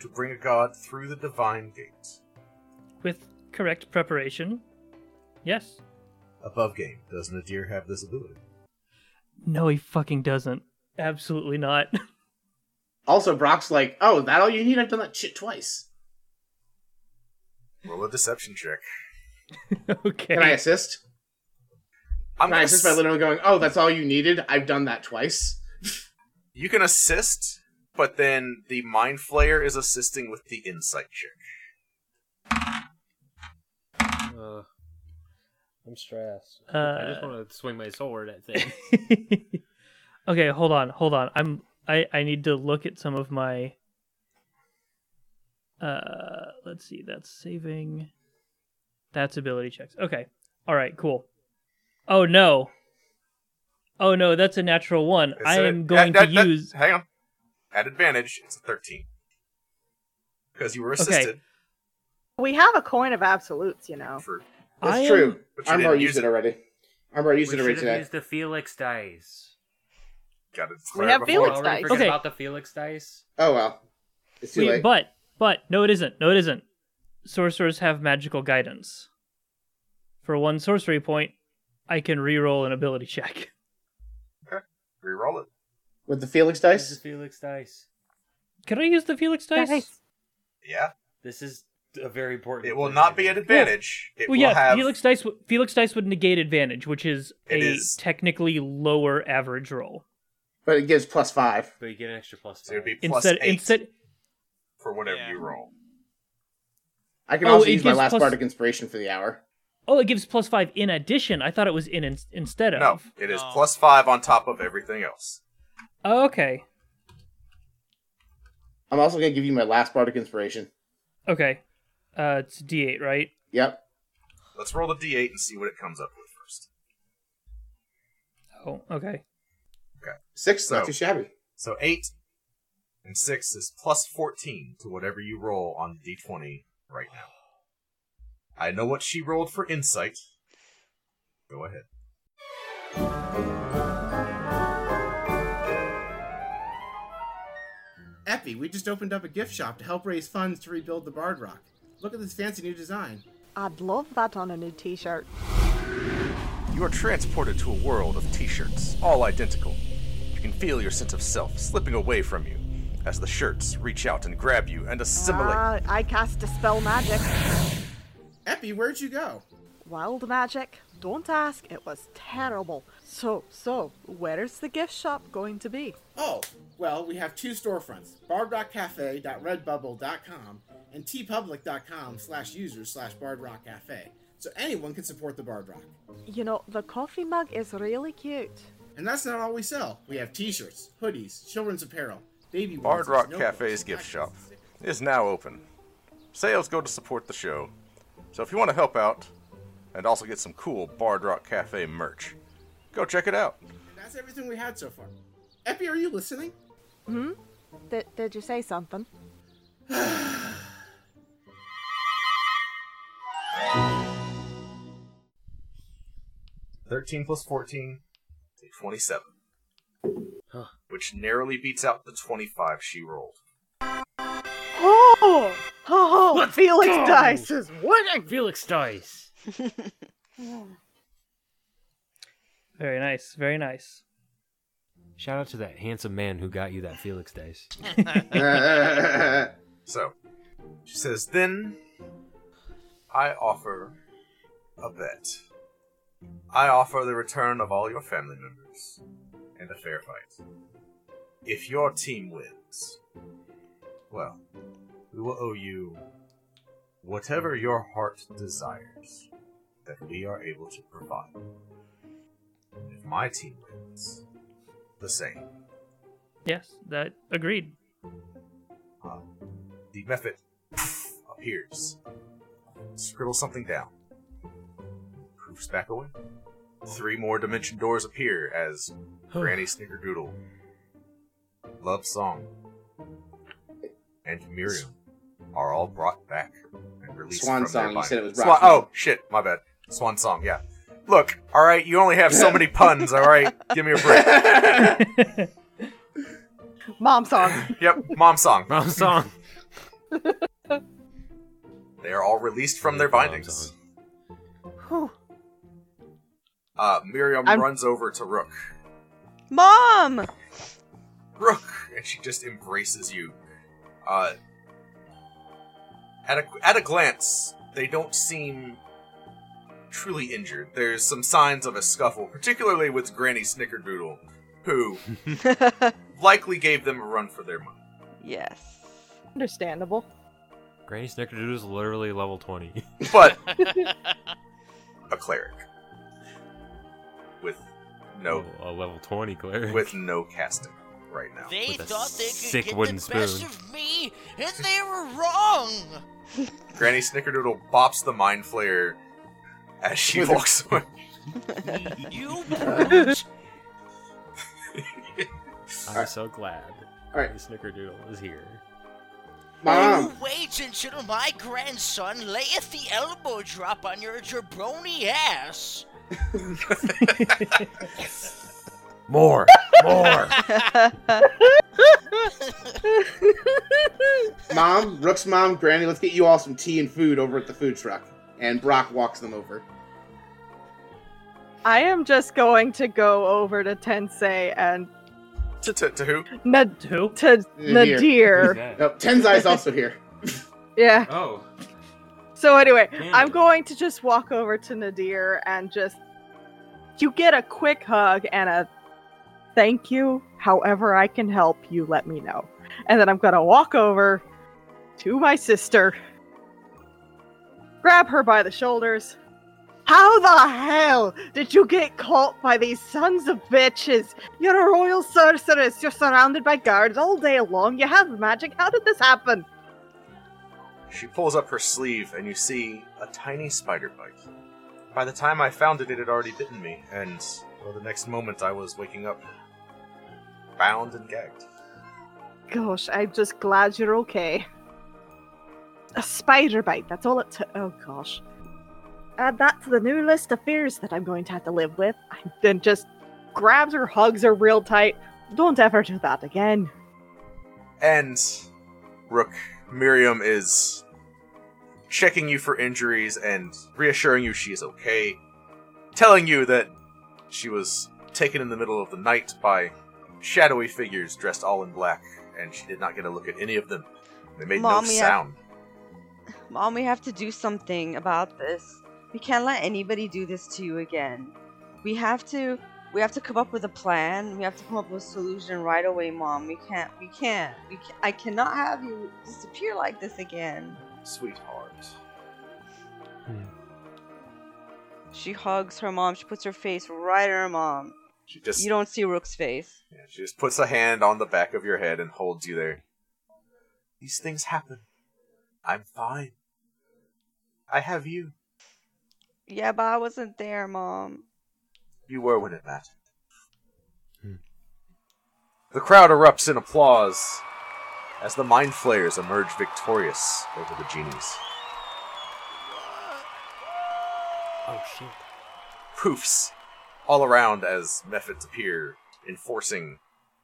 [SPEAKER 4] to bring a god through the divine gate.
[SPEAKER 6] With correct preparation. Yes.
[SPEAKER 4] Above game, does Nadir have this ability?
[SPEAKER 6] No, he fucking doesn't. Absolutely not.
[SPEAKER 1] Also, Brock's like, "Oh, that all you need? I've done that shit twice.
[SPEAKER 4] Roll a deception check.
[SPEAKER 6] okay.
[SPEAKER 1] Can I assist?
[SPEAKER 4] I'm
[SPEAKER 1] Can I
[SPEAKER 4] gonna
[SPEAKER 1] assist by
[SPEAKER 4] s-
[SPEAKER 1] literally going, "Oh, that's all you needed. I've done that twice."
[SPEAKER 4] You can assist, but then the mind flayer is assisting with the insight check.
[SPEAKER 8] Uh, I'm stressed. I just
[SPEAKER 6] Uh,
[SPEAKER 8] want to swing my sword at things.
[SPEAKER 6] okay, hold on, hold on. I'm I I need to look at some of my uh let's see, that's saving. That's ability checks. Okay. All right, cool. Oh no. Oh no, that's a natural one. I
[SPEAKER 4] So-
[SPEAKER 6] am
[SPEAKER 4] uh,
[SPEAKER 6] going
[SPEAKER 4] that-
[SPEAKER 6] to
[SPEAKER 4] that-
[SPEAKER 6] use
[SPEAKER 4] Hang on. At advantage, it's a 13. Because you were
[SPEAKER 6] Okay.
[SPEAKER 4] assisted.
[SPEAKER 7] We have a coin of absolutes, you know.
[SPEAKER 4] For,
[SPEAKER 1] That's
[SPEAKER 6] I am-
[SPEAKER 1] true.
[SPEAKER 4] but you
[SPEAKER 1] Armbar
[SPEAKER 4] didn't
[SPEAKER 1] used
[SPEAKER 4] use
[SPEAKER 1] it
[SPEAKER 4] it.
[SPEAKER 1] already. Armbar used
[SPEAKER 8] we
[SPEAKER 1] it already
[SPEAKER 8] should have
[SPEAKER 1] today.
[SPEAKER 8] used the Felix dice.
[SPEAKER 4] got it
[SPEAKER 7] We have
[SPEAKER 4] before.
[SPEAKER 7] Felix
[SPEAKER 8] Already
[SPEAKER 7] dice.
[SPEAKER 8] forget
[SPEAKER 6] Okay.
[SPEAKER 8] about the Felix dice.
[SPEAKER 1] Oh well, it's too
[SPEAKER 6] Wait,
[SPEAKER 1] late.
[SPEAKER 6] but but no it isn't. No it isn't. Sorcerers have magical guidance. For one sorcery point, I can reroll an ability check.
[SPEAKER 4] Reroll it.
[SPEAKER 1] With the Felix
[SPEAKER 8] This is
[SPEAKER 1] dice,
[SPEAKER 8] Felix dice.
[SPEAKER 6] Can I use the Felix dice?
[SPEAKER 7] Dice.
[SPEAKER 4] Yeah.
[SPEAKER 8] This is a very important.
[SPEAKER 4] It will
[SPEAKER 8] thing, I
[SPEAKER 4] not be
[SPEAKER 8] think.
[SPEAKER 4] an advantage. it
[SPEAKER 6] well,
[SPEAKER 4] will
[SPEAKER 6] yeah,
[SPEAKER 4] have.
[SPEAKER 6] Felix dice. w- Felix dice would negate advantage, which is a
[SPEAKER 4] It is.
[SPEAKER 6] technically lower average roll.
[SPEAKER 1] but it gives plus five.
[SPEAKER 8] But you get an extra plus.
[SPEAKER 4] So it would be
[SPEAKER 8] five.
[SPEAKER 4] plus
[SPEAKER 6] instead,
[SPEAKER 4] eight
[SPEAKER 6] instead,
[SPEAKER 4] for whatever
[SPEAKER 2] Yeah.
[SPEAKER 4] you roll.
[SPEAKER 1] I can
[SPEAKER 6] Oh,
[SPEAKER 1] also
[SPEAKER 6] it
[SPEAKER 1] use my
[SPEAKER 6] gives
[SPEAKER 1] last
[SPEAKER 6] plus-
[SPEAKER 1] bardic inspiration for the hour.
[SPEAKER 6] oh, it gives plus five in addition. I thought it was in, in instead
[SPEAKER 4] No,
[SPEAKER 6] of.
[SPEAKER 4] it is
[SPEAKER 2] No.
[SPEAKER 4] plus five on top of everything else.
[SPEAKER 6] Oh, okay,
[SPEAKER 1] I'm also gonna give you my last bardic inspiration.
[SPEAKER 6] okay. Uh, it's D eight, right?
[SPEAKER 1] Yep.
[SPEAKER 4] Let's roll the d8 and see what it comes up with first.
[SPEAKER 6] Oh, okay.
[SPEAKER 1] Six,
[SPEAKER 4] So-
[SPEAKER 1] not too shabby.
[SPEAKER 4] So eight and six is plus fourteen to whatever you roll on the d20 right now. I know what she rolled for insight. Go ahead.
[SPEAKER 1] Epi, we just opened up a gift shop to help raise funds to rebuild the Bard Rock. Look at this fancy new design.
[SPEAKER 7] I'd love that on a new t shirt.
[SPEAKER 4] You are transported to a world of t-shirts, all identical. feel your sense of self slipping away from you as the shirts reach out and grab you and assimilate.
[SPEAKER 7] Ah, I cast Dispel Magic.
[SPEAKER 1] Epi, where'd you go?
[SPEAKER 7] Wild magic. Don't ask. It was terrible. So, so, where's the gift shop going to be?
[SPEAKER 1] Oh, well, we have two storefronts, bardrockcafe.redbubble.com and tpublic.com slash users slash bardrockcafe, so anyone can support the Bard Rock.
[SPEAKER 7] You know, the coffee mug is really cute.
[SPEAKER 1] And that's not all we sell. We have t-shirts, hoodies, children's apparel, baby
[SPEAKER 4] Bard
[SPEAKER 1] onesies,
[SPEAKER 4] Rock
[SPEAKER 1] notebooks,
[SPEAKER 4] Cafe's gift
[SPEAKER 1] mattresses,
[SPEAKER 4] shop is now open. Sales go to support the show. So if you want to help out and also get some cool Bard Rock Cafe merch, go check it out.
[SPEAKER 1] And that's everything we had so far. Epi, are you listening?
[SPEAKER 7] Did, did you say something?
[SPEAKER 4] Thirteen plus fourteen, twenty-seven, which narrowly beats out the twenty-five she rolled.
[SPEAKER 7] Oh! Oh,
[SPEAKER 3] Let's
[SPEAKER 7] Felix
[SPEAKER 3] go!
[SPEAKER 7] Dice is winning!
[SPEAKER 3] Felix dice.
[SPEAKER 6] Very nice. Very nice.
[SPEAKER 8] Shout out to that handsome man who got you that Felix dice.
[SPEAKER 4] So she says, Then I offer a bet. I offer the return of all your family members and a fair fight. If your team wins, well, we will owe you whatever your heart desires that we are able to provide. If my team wins, the same.
[SPEAKER 6] Yes, that agreed.
[SPEAKER 4] Uh, the method appears. Scribble something down. Poofs back away. Three more dimension doors appear as Granny Snickerdoodle, Love Song, and Miriam are all brought back and released.
[SPEAKER 1] Swan
[SPEAKER 4] from their
[SPEAKER 1] Song, you
[SPEAKER 4] bind.
[SPEAKER 1] said it was
[SPEAKER 4] Swan,
[SPEAKER 1] Rock Song.
[SPEAKER 4] Oh shit, my bad. Swan Song, yeah. Look, all right, you only have so many puns. All right, give me a break.
[SPEAKER 7] Mom song.
[SPEAKER 4] Yep, mom song.
[SPEAKER 8] Wrong song.
[SPEAKER 4] They are all released from their bindings.
[SPEAKER 7] Whew.
[SPEAKER 4] Uh, Miriam
[SPEAKER 7] I'm-
[SPEAKER 4] runs over to Rook.
[SPEAKER 5] Mom!
[SPEAKER 4] Rook! And she just embraces you. Uh, at, a, at a glance, they don't seem truly injured. There's some signs of a scuffle, particularly with Granny Snickerdoodle, who likely gave them a run for their money.
[SPEAKER 5] yes.
[SPEAKER 7] Understandable.
[SPEAKER 8] Granny Snickerdoodle is literally level 20.
[SPEAKER 4] But a cleric. With no,
[SPEAKER 8] A level 20 cleric.
[SPEAKER 4] with no casting right now.
[SPEAKER 2] They
[SPEAKER 8] With a
[SPEAKER 2] thought they could
[SPEAKER 8] sick
[SPEAKER 2] get
[SPEAKER 8] wooden
[SPEAKER 2] the best
[SPEAKER 8] spoon.
[SPEAKER 2] of me, and they were wrong.
[SPEAKER 4] Granny Snickerdoodle bops the mind flayer as she walks away.
[SPEAKER 2] You brute.
[SPEAKER 8] I'm
[SPEAKER 1] Alright.
[SPEAKER 8] so glad
[SPEAKER 1] Alright.
[SPEAKER 8] Granny Snickerdoodle is here.
[SPEAKER 1] Mom!
[SPEAKER 2] You wait until my grandson layeth the elbow drop on your jabroni ass.
[SPEAKER 8] More! More!
[SPEAKER 1] Mom, Rook's mom, Granny, let's get you all some tea and food over at the food truck. And Brock walks them over.
[SPEAKER 7] I am just going to go over to Tensei and
[SPEAKER 4] To, to, to who?
[SPEAKER 7] Nad-
[SPEAKER 6] Who?
[SPEAKER 7] to
[SPEAKER 1] Nadir.
[SPEAKER 7] Nadir.
[SPEAKER 1] No, Tenzai's Oh, also here.
[SPEAKER 7] Yeah.
[SPEAKER 8] Oh.
[SPEAKER 7] So anyway,
[SPEAKER 8] Damn
[SPEAKER 7] I'm
[SPEAKER 8] it.
[SPEAKER 7] going to just walk over to Nadir and just you get a quick hug and a thank you. However I can help you, let me know. And then I'm gonna walk over to my sister, grab her by the shoulders. How the hell did you get caught by these sons of bitches? You're a royal sorceress. You're surrounded by guards all day long. You have magic. How did this happen?
[SPEAKER 4] She pulls up her sleeve, and you see a tiny spider bite. By the time I found it, it had already bitten me, and well, the next moment I was waking up, bound and gagged.
[SPEAKER 7] Gosh, I'm just glad you're okay. A spider bite, that's all it took. Oh gosh. Add that to the new list of fears that I'm going to have to live with. I then just grabs her, hugs her real tight. Don't ever do that again.
[SPEAKER 4] And Rook, Miriam is checking you for injuries and reassuring you she is okay, telling you that she was taken in the middle of the night by shadowy figures dressed all in black, and she did not get a look at any of them. They made
[SPEAKER 5] Mom,
[SPEAKER 4] no
[SPEAKER 5] we have-
[SPEAKER 4] sound.
[SPEAKER 5] Mom, we have to do something about this. We can't let anybody do this to you again. We have to we have to come up with a plan. We have to come up with a solution right away, Mom. We can't we can't. We can, I cannot have you disappear like this again.
[SPEAKER 4] Sweetheart.
[SPEAKER 5] She hugs her mom. She puts her face right on her mom.
[SPEAKER 4] She just
[SPEAKER 5] You don't see Rook's face.
[SPEAKER 4] yeah, she just puts a hand on the back of your head and holds you there. These things happen. I'm fine. I have you.
[SPEAKER 5] Yeah, but I wasn't there, Mom.
[SPEAKER 4] You were when it mattered.
[SPEAKER 8] Hmm.
[SPEAKER 4] The crowd erupts in applause as the mind flayers emerge victorious over the genies.
[SPEAKER 8] Oh shit.
[SPEAKER 4] Proofs all around as methods appear, enforcing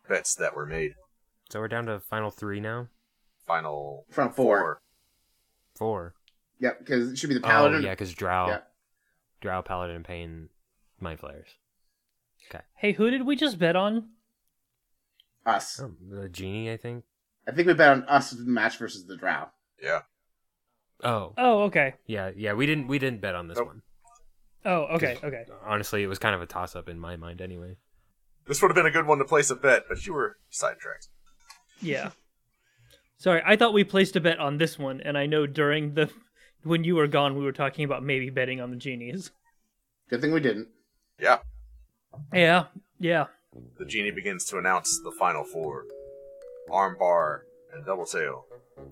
[SPEAKER 4] bets that were made.
[SPEAKER 8] So we're down to final three now.
[SPEAKER 4] Final
[SPEAKER 1] Front four.
[SPEAKER 8] Four.
[SPEAKER 1] Yep, because it should be the paladin.
[SPEAKER 8] Oh yeah, because Drow,
[SPEAKER 1] Yeah.
[SPEAKER 8] Drow, Paladin, Pain, Mind Flayers.
[SPEAKER 6] Hey, who did we just bet on?
[SPEAKER 1] Us.
[SPEAKER 8] Oh, the genie, I think.
[SPEAKER 1] I think we bet on us as the match versus the drow.
[SPEAKER 4] Yeah.
[SPEAKER 8] Oh,
[SPEAKER 6] Oh, okay.
[SPEAKER 8] yeah, yeah. We didn't, we didn't bet on this
[SPEAKER 4] Nope.
[SPEAKER 8] one.
[SPEAKER 6] Oh, okay, okay.
[SPEAKER 8] Honestly, it was kind of a toss-up in my mind, anyway.
[SPEAKER 4] This would have been a good one to place a bet, but you were sidetracked.
[SPEAKER 6] Yeah. Sorry, I thought we placed a bet on this one, and I know during the when you were gone, we were talking about maybe betting on the genies.
[SPEAKER 1] Good thing we didn't.
[SPEAKER 4] Yeah.
[SPEAKER 6] Yeah, yeah.
[SPEAKER 4] The genie begins to announce the final four Armbar and Double Tail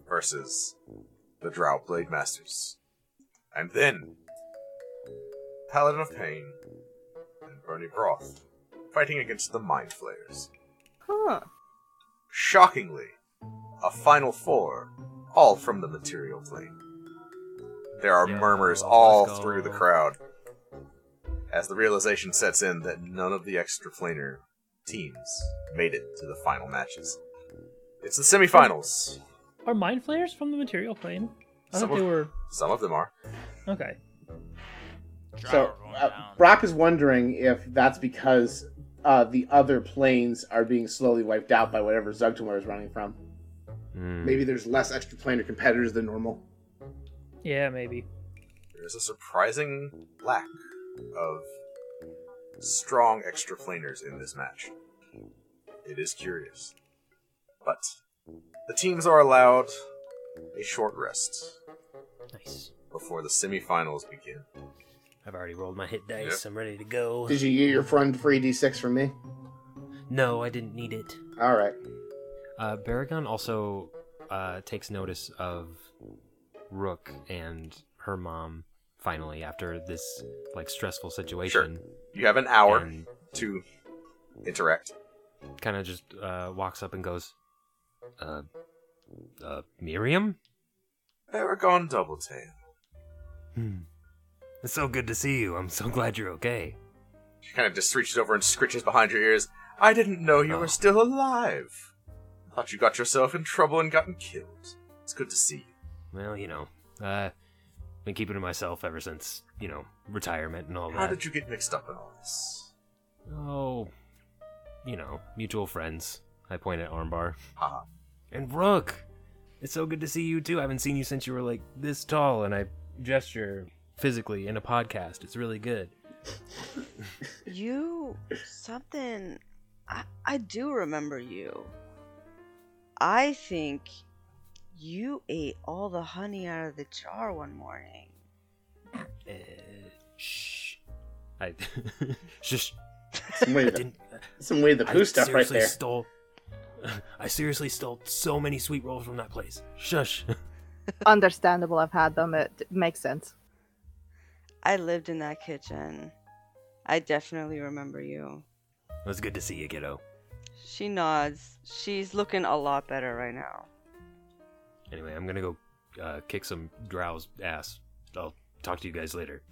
[SPEAKER 4] versus the Drow Blade Masters. And then Paladin of Pain and Bernie Broth fighting against the Mind Flayers.
[SPEAKER 7] Huh.
[SPEAKER 4] Shockingly, a final four, all from the material plane. There are
[SPEAKER 8] Yeah,
[SPEAKER 4] murmurs
[SPEAKER 8] let's
[SPEAKER 4] all
[SPEAKER 8] go.
[SPEAKER 4] through the crowd as the realization sets in that none of the extraplanar teams made it to the final matches. It's the semifinals.
[SPEAKER 6] Are mind flayers from the material plane? I
[SPEAKER 4] Some
[SPEAKER 6] thought they
[SPEAKER 4] of-
[SPEAKER 6] were
[SPEAKER 4] Some of them are.
[SPEAKER 6] okay.
[SPEAKER 1] So
[SPEAKER 2] Driver going
[SPEAKER 1] uh,
[SPEAKER 2] down.
[SPEAKER 1] Brock is wondering if that's because uh, the other planes are being slowly wiped out by whatever Zugtumar is running from.
[SPEAKER 8] Hmm.
[SPEAKER 1] Maybe there's less extraplanar competitors than normal.
[SPEAKER 6] Yeah, maybe.
[SPEAKER 4] There's a surprising lack of strong extraplaners in this match. It is curious. But the teams are allowed a short rest
[SPEAKER 8] Nice.
[SPEAKER 4] before the semifinals begin.
[SPEAKER 8] I've already rolled my hit dice. I'm ready to go.
[SPEAKER 1] Did you get your friend free D6 from me?
[SPEAKER 8] No, I didn't need it.
[SPEAKER 1] All right.
[SPEAKER 8] Uh, Baragon also uh, takes notice of Rook and her mom finally after this like stressful situation.
[SPEAKER 4] You have an hour
[SPEAKER 8] And
[SPEAKER 4] to interact.
[SPEAKER 8] kind of just uh, walks up and goes, uh, uh, Miriam?
[SPEAKER 4] Paragon Doubletail.
[SPEAKER 8] Hmm. It's so good to see you. I'm so glad you're okay.
[SPEAKER 4] She kind of just reaches over and scritches behind your ears. I didn't know you
[SPEAKER 8] Oh.
[SPEAKER 4] were still alive. Thought you got yourself in trouble and gotten killed. It's good to see you.
[SPEAKER 8] Well, you know, uh, been keeping to myself ever since, you know, retirement and all
[SPEAKER 4] How
[SPEAKER 8] that.
[SPEAKER 4] did you get mixed up in all this?
[SPEAKER 8] Oh, you know, mutual friends. I point at Armbar.
[SPEAKER 4] Haha.
[SPEAKER 8] And Rook, it's so good to see you too. I haven't seen you since you were like this tall, and I gesture physically in a podcast. It's really good.
[SPEAKER 5] You something I, I do remember you. I think you ate all the honey out of the jar one morning.
[SPEAKER 8] Uh, shh. I just
[SPEAKER 1] Some way the,
[SPEAKER 8] didn't.
[SPEAKER 1] some way the
[SPEAKER 8] I
[SPEAKER 1] poo stuff right
[SPEAKER 8] seriously
[SPEAKER 1] there.
[SPEAKER 8] Stole. I seriously stole so many sweet rolls from that place. Shush.
[SPEAKER 7] Understandable. I've had them. It makes sense.
[SPEAKER 5] I lived in that kitchen. I definitely remember you.
[SPEAKER 8] It was good to see you, kiddo.
[SPEAKER 5] She nods. She's looking a lot better right now.
[SPEAKER 8] Anyway, I'm gonna go uh, kick some drow's ass. I'll talk to you guys later.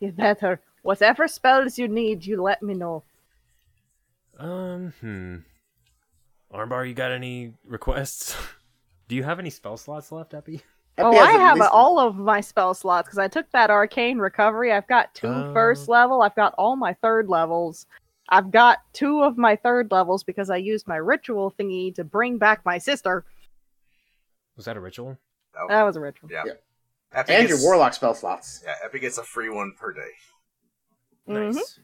[SPEAKER 7] You better. Whatever spells you need, you let me know.
[SPEAKER 8] Um, hmm. Armbar, you got any requests? Do you have any spell slots left, Epi?
[SPEAKER 7] Oh,
[SPEAKER 1] Epi has
[SPEAKER 7] I
[SPEAKER 1] at
[SPEAKER 7] have
[SPEAKER 1] least-
[SPEAKER 7] all of my spell slots because I took that arcane recovery. I've got two
[SPEAKER 8] Oh.
[SPEAKER 7] first level. I've got all my third levels. I've got two of my third levels because I used my ritual thingy to bring back my sister.
[SPEAKER 8] Was that a ritual?
[SPEAKER 4] That-
[SPEAKER 7] That was a ritual.
[SPEAKER 4] yeah.
[SPEAKER 1] Yeah.
[SPEAKER 4] Epic
[SPEAKER 1] And your
[SPEAKER 4] gets-
[SPEAKER 1] warlock spell slots.
[SPEAKER 4] Yeah, Epic gets a free one per day.
[SPEAKER 7] Mhm.
[SPEAKER 8] Nice.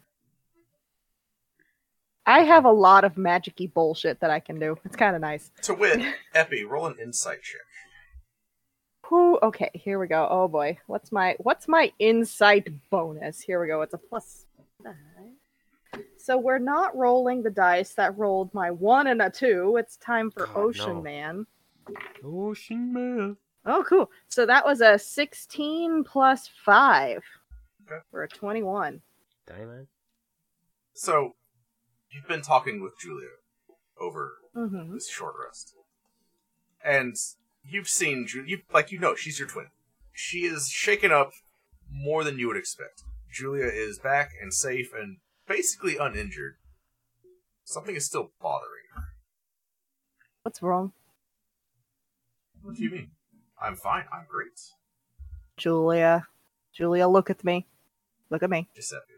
[SPEAKER 7] I have a lot of magicy bullshit that I can do. It's kind of nice.
[SPEAKER 4] To win, Epi, roll an insight check.
[SPEAKER 7] Who? Okay, here we go. Oh boy, what's my what's my insight bonus? Here we go. It's a plus nine. So we're not rolling the dice that rolled my one and a two. It's time for
[SPEAKER 8] God,
[SPEAKER 7] Ocean
[SPEAKER 8] no.
[SPEAKER 7] Man.
[SPEAKER 8] Ocean Mail.
[SPEAKER 7] Oh, cool. So that was a sixteen plus five
[SPEAKER 4] Okay.
[SPEAKER 7] for a twenty-one.
[SPEAKER 8] Diamond.
[SPEAKER 4] So, you've been talking with Julia over
[SPEAKER 7] Mm-hmm.
[SPEAKER 4] this short rest, and you've seen Ju- you like you know she's your twin. She is shaken up more than you would expect. Julia is back and safe and basically uninjured. Something is still bothering her.
[SPEAKER 7] What's wrong,
[SPEAKER 4] What do you mean? I'm fine. I'm great.
[SPEAKER 7] Julia? Julia, look at me. Look at me.
[SPEAKER 4] Giuseppe.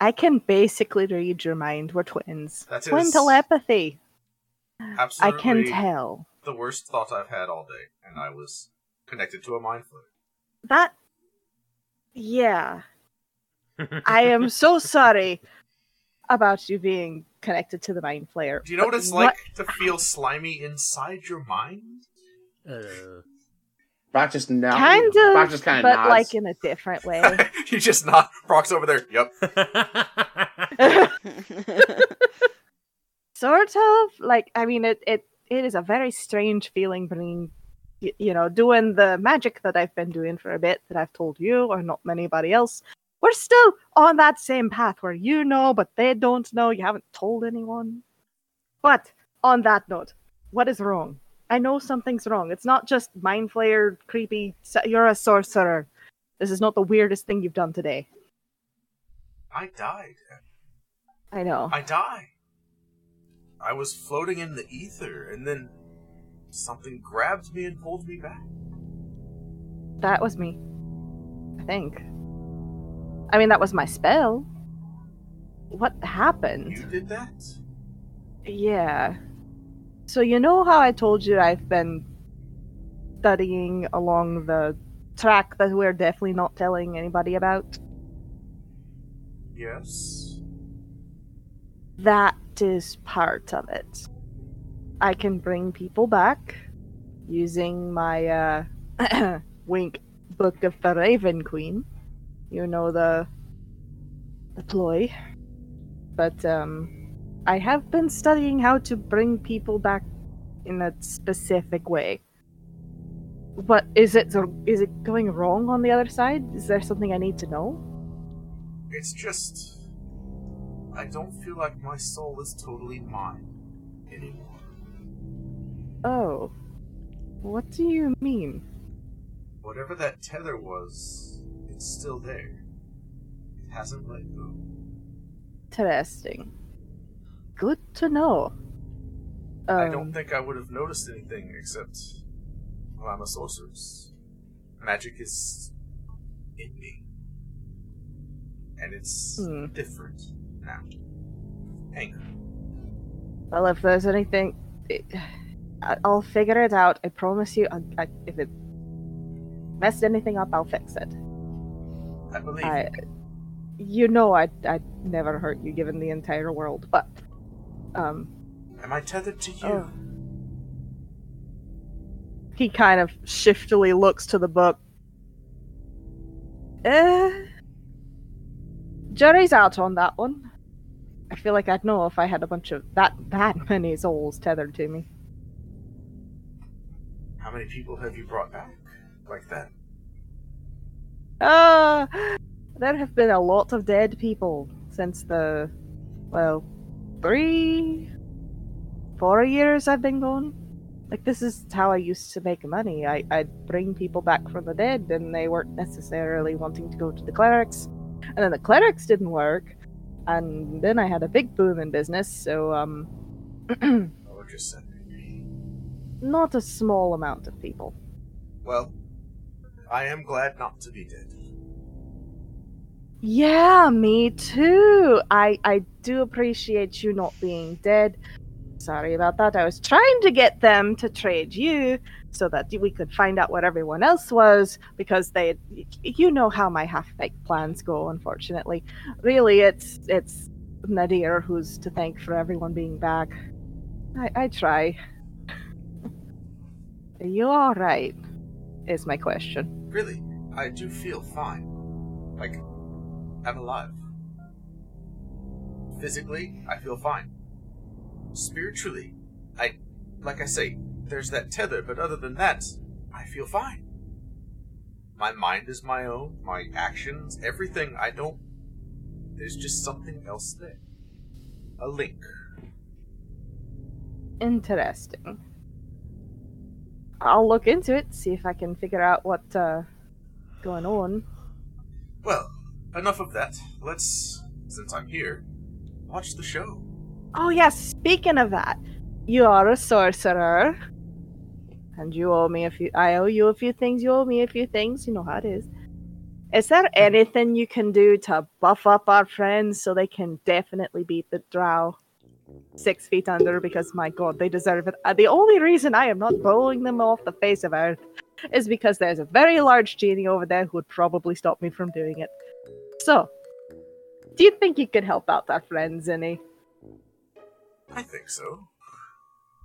[SPEAKER 7] I can basically read your mind. We're twins.
[SPEAKER 4] That
[SPEAKER 7] Twin
[SPEAKER 4] is-
[SPEAKER 7] telepathy. I
[SPEAKER 4] Absolutely.
[SPEAKER 7] can tell.
[SPEAKER 4] the worst thought I've had all day, and I was connected to a mind flare.
[SPEAKER 7] That. Yeah. I am so sorry about you being connected to the mind flayer.
[SPEAKER 4] Do you know
[SPEAKER 7] but
[SPEAKER 4] what it's like to feel slimy inside your mind?
[SPEAKER 8] Uh,
[SPEAKER 1] Brock just nods.
[SPEAKER 7] Kind of,
[SPEAKER 1] Brock just kind of
[SPEAKER 7] but
[SPEAKER 1] nods.
[SPEAKER 7] like in a different way.
[SPEAKER 4] you just not. Brock's over there. Yep.
[SPEAKER 7] sort of like I mean it it it is a very strange feeling being y- you know doing the magic that I've been doing for a bit that I've told you or not anybody else. We're still on that same path where you know but they don't know. You haven't told anyone. But on that note, what is wrong? I know something's wrong. It's not just mind flayer creepy. s- You're a sorcerer. This is not the weirdest thing you've done today.
[SPEAKER 4] I died.
[SPEAKER 7] I know.
[SPEAKER 4] I died. I was floating in the ether, and then something grabbed me and pulled me back.
[SPEAKER 7] That was me. I think. I mean, that was my spell. What
[SPEAKER 4] You
[SPEAKER 7] happened?
[SPEAKER 4] did that?
[SPEAKER 7] Yeah. So, you know how I told you I've been studying along the track that we're definitely not telling anybody about?
[SPEAKER 4] Yes.
[SPEAKER 7] That is part of it. I can bring people back using my uh, wink book of the Raven Queen. You know the the ploy. But um, I have been studying how to bring people back in a specific way. But is it is it going wrong on the other side? Is there something I need to know?
[SPEAKER 4] It's just. I don't feel like my soul is totally mine anymore.
[SPEAKER 7] Oh, what do you mean?
[SPEAKER 4] Whatever that tether was, it's still there. It hasn't let go.
[SPEAKER 7] Interesting. Good to know. Um,
[SPEAKER 4] I don't think I would have noticed anything except, well, I'm a sorceress. Magic is in me, and it's
[SPEAKER 7] Hmm.
[SPEAKER 4] different now. Anger.
[SPEAKER 7] Well, if there's anything, it, I- I'll figure it out. I promise you. I, I, if it messed anything up, I'll fix it.
[SPEAKER 4] I believe.
[SPEAKER 7] I, you know, I I never hurt you, given the entire world. But um,
[SPEAKER 4] Am I tethered to you?
[SPEAKER 7] Oh. he kind of shiftily looks to the book. Uh, jury's out on that one. I feel like I'd know if I had a bunch of that that many souls tethered to me.
[SPEAKER 4] How many people have you brought back like that?
[SPEAKER 7] Uh, there have been a lot of dead people since the, well, three, four years I've been gone. Like this is how I used to make money. I I'd bring people back from the dead, and they weren't necessarily wanting to go to the clerics, and then the clerics didn't work, and then I had a big boom in business. So um,
[SPEAKER 4] Or Oh, just sending?
[SPEAKER 7] not a small amount of people.
[SPEAKER 4] Well, I am glad not to be dead.
[SPEAKER 7] Yeah, me too. I I do appreciate you not being dead. Sorry about that. I was trying to get them to trade you so that we could find out where everyone else was because they you know how my half-baked plans go unfortunately. Really, it's it's Nadir who's to thank for everyone being back. I I try. Are you all right? Is my question.
[SPEAKER 4] Really, I do feel fine. Like, I'm alive. Physically, I feel fine. Spiritually, I, like I say, there's that tether, but other than that, I feel fine. My mind is my own, my actions, everything, I don't. There's just something else there. A link.
[SPEAKER 7] Interesting. I'll look into it, see if I can figure out what uh, going on.
[SPEAKER 4] Well, enough of that. Let's, since I'm here, watch the show.
[SPEAKER 7] Oh yes, speaking of that, you are a sorcerer, and you owe me a few. I owe you a few things. You owe me a few things. You know how it is. Is there anything you can do to buff up our friends so they can definitely beat the drow? Six feet under, because my god, they deserve it. Uh, The only reason I am not blowing them off the face of earth is because there's a very large genie over there who would probably stop me from doing it. So, do you think you could help out our friends any?
[SPEAKER 4] I think so.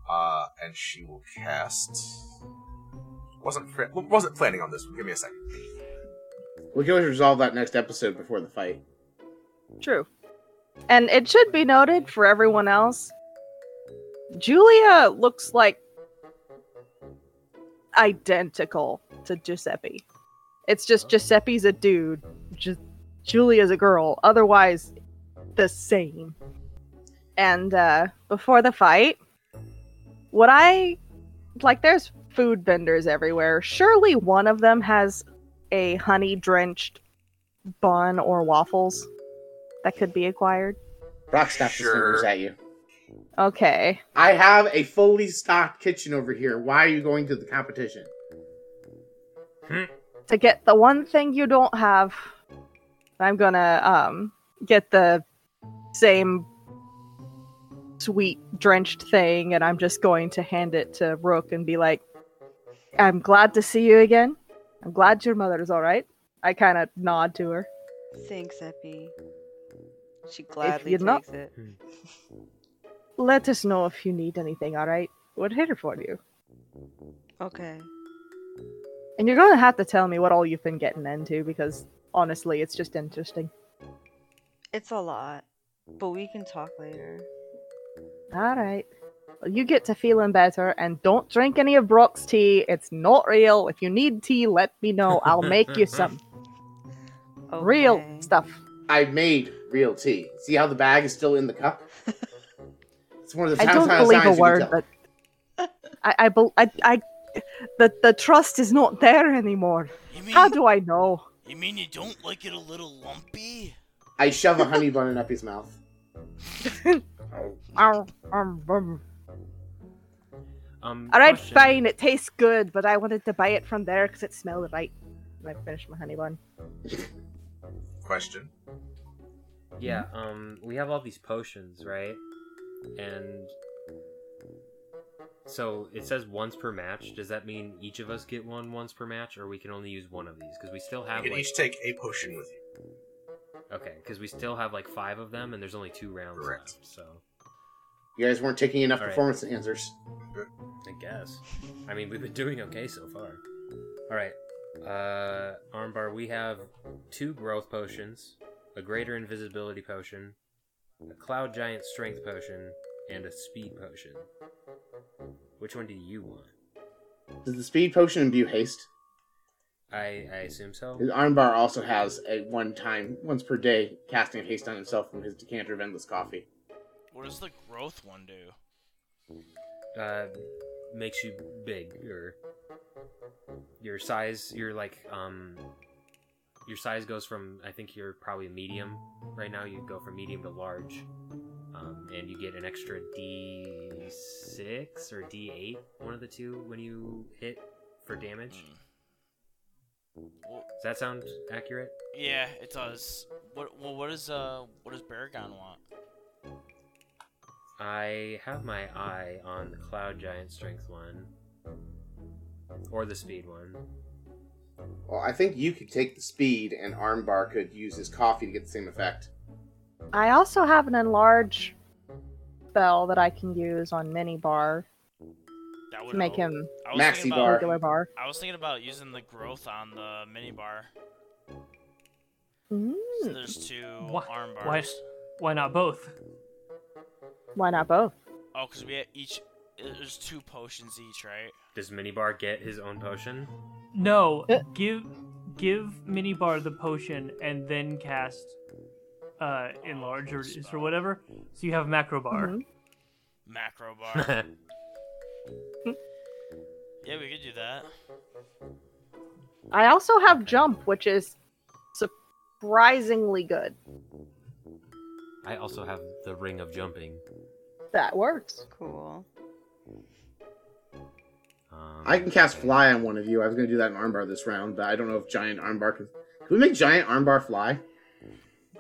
[SPEAKER 4] Uh, and she will cast. Wasn't fr- wasn't planning on this. one. Give me a second.
[SPEAKER 1] We can always resolve that next episode before the fight.
[SPEAKER 7] True. And it should be noted for everyone else Julia looks like identical to Giuseppe. It's just Giuseppe's a dude, Ju- Julia's a girl, otherwise, the same. And uh, before the fight, what I like, there's food vendors everywhere. Surely one of them has a honey drenched bun or waffles that could be acquired.
[SPEAKER 1] Brock snaps his
[SPEAKER 4] Sure.
[SPEAKER 1] fingers at you.
[SPEAKER 7] Okay.
[SPEAKER 1] I have a fully stocked kitchen over here. Why are you going to the competition?
[SPEAKER 7] To get the one thing you don't have, I'm gonna um get the same sweet drenched thing and I'm just going to hand it to Rook and be like, I'm glad to see you again. I'm glad your mother is alright. I kinda nod to her.
[SPEAKER 5] Thanks, Epi. She gladly
[SPEAKER 7] you're
[SPEAKER 5] takes
[SPEAKER 7] not-
[SPEAKER 5] it.
[SPEAKER 7] Let us know if you need anything, alright? We're here for you.
[SPEAKER 5] Okay.
[SPEAKER 7] And you're gonna have to tell me what all you've been getting into because honestly it's just interesting.
[SPEAKER 5] It's a lot, but we can talk later.
[SPEAKER 7] All right. Well, you get to feeling better and don't drink any of Brock's tea. It's not real. If you need tea, let me know. I'll make you some real
[SPEAKER 5] Okay.
[SPEAKER 7] stuff.
[SPEAKER 1] I made real tea. See how the bag is still in the cup? It's one of the
[SPEAKER 7] I
[SPEAKER 1] telltale
[SPEAKER 7] don't believe a
[SPEAKER 1] signs you can
[SPEAKER 7] word,
[SPEAKER 1] tell.
[SPEAKER 7] but I, I, bel I, I, the, the trust is not there anymore.
[SPEAKER 2] You mean
[SPEAKER 7] How do I know?
[SPEAKER 2] you mean you don't like it a little lumpy?
[SPEAKER 1] I shove a honey bun in Uppy's mouth.
[SPEAKER 7] Ow, um, um.
[SPEAKER 8] Um,
[SPEAKER 7] All right,
[SPEAKER 8] question.
[SPEAKER 7] fine. It tastes good, but I wanted to buy it from there because it smelled right. And I finished my honey bun.
[SPEAKER 4] Question.
[SPEAKER 8] Yeah,
[SPEAKER 4] Mm-hmm.
[SPEAKER 8] um, we have all these potions, right? And so it says once per match. Does that mean each of us get one once per match, or we can only use one of these? Because we still
[SPEAKER 4] You
[SPEAKER 8] have
[SPEAKER 4] can
[SPEAKER 8] like
[SPEAKER 4] each take a potion with you.
[SPEAKER 8] okay, because we still have like five of them, and there's only two rounds
[SPEAKER 4] Correct.
[SPEAKER 8] left. So
[SPEAKER 1] You guys weren't taking enough
[SPEAKER 8] All right.
[SPEAKER 1] performance enhancers.
[SPEAKER 8] I guess. I mean, we've been doing okay so far. All right, uh, armbar. We have two growth potions, a greater invisibility potion, a cloud giant strength potion, and a speed potion. Which one do you want?
[SPEAKER 1] Does the speed potion imbue haste?
[SPEAKER 8] I I assume so.
[SPEAKER 1] His armbar also has a one-time, once per day, casting of haste on himself from his decanter of endless coffee.
[SPEAKER 2] What does the growth one do?
[SPEAKER 8] Uh, makes you big. Your your size. Your like um. Your size goes from I think you're probably medium right now. You go from medium to large, um, and you get an extra D six or D eight, one of the two, when you hit for damage.
[SPEAKER 2] Hmm.
[SPEAKER 8] Does that sound accurate?
[SPEAKER 2] Yeah, it does. What? Well, what is uh? What does Baragon want?
[SPEAKER 8] I have my eye on the Cloud Giant Strength one. Or the Speed one.
[SPEAKER 1] Well, I think you could take the speed, and Armbar could use his coffee to get the same effect.
[SPEAKER 7] I also have an enlarge spell that I can use on mini bar
[SPEAKER 2] That would
[SPEAKER 7] to make
[SPEAKER 2] help.
[SPEAKER 7] him
[SPEAKER 2] I was
[SPEAKER 1] Maxi
[SPEAKER 2] thinking about-
[SPEAKER 1] bar.
[SPEAKER 7] regular bar.
[SPEAKER 2] I was thinking about using the growth on the mini bar. So
[SPEAKER 7] Mm,
[SPEAKER 2] there's two
[SPEAKER 6] Wha-
[SPEAKER 2] arm
[SPEAKER 6] why-
[SPEAKER 2] bars.
[SPEAKER 6] Why not both?
[SPEAKER 7] why not both?
[SPEAKER 2] Oh, because we have each. There's two potions each, right?
[SPEAKER 8] Does Minibar get his own potion?
[SPEAKER 6] No,
[SPEAKER 7] Uh.
[SPEAKER 6] give give Minibar the potion and then cast uh enlarge or, or whatever. So you have macro bar.
[SPEAKER 7] Mhm.
[SPEAKER 2] Macro bar. yeah, we could do that.
[SPEAKER 7] I also have jump, which is surprisingly good.
[SPEAKER 8] I also have the Ring of Jumping.
[SPEAKER 7] That works.
[SPEAKER 5] Cool.
[SPEAKER 8] Um,
[SPEAKER 1] I can cast fly on one of you. I was going to do that in Armbar this round, but I don't know if Giant Armbar can. Can we make Giant Armbar fly?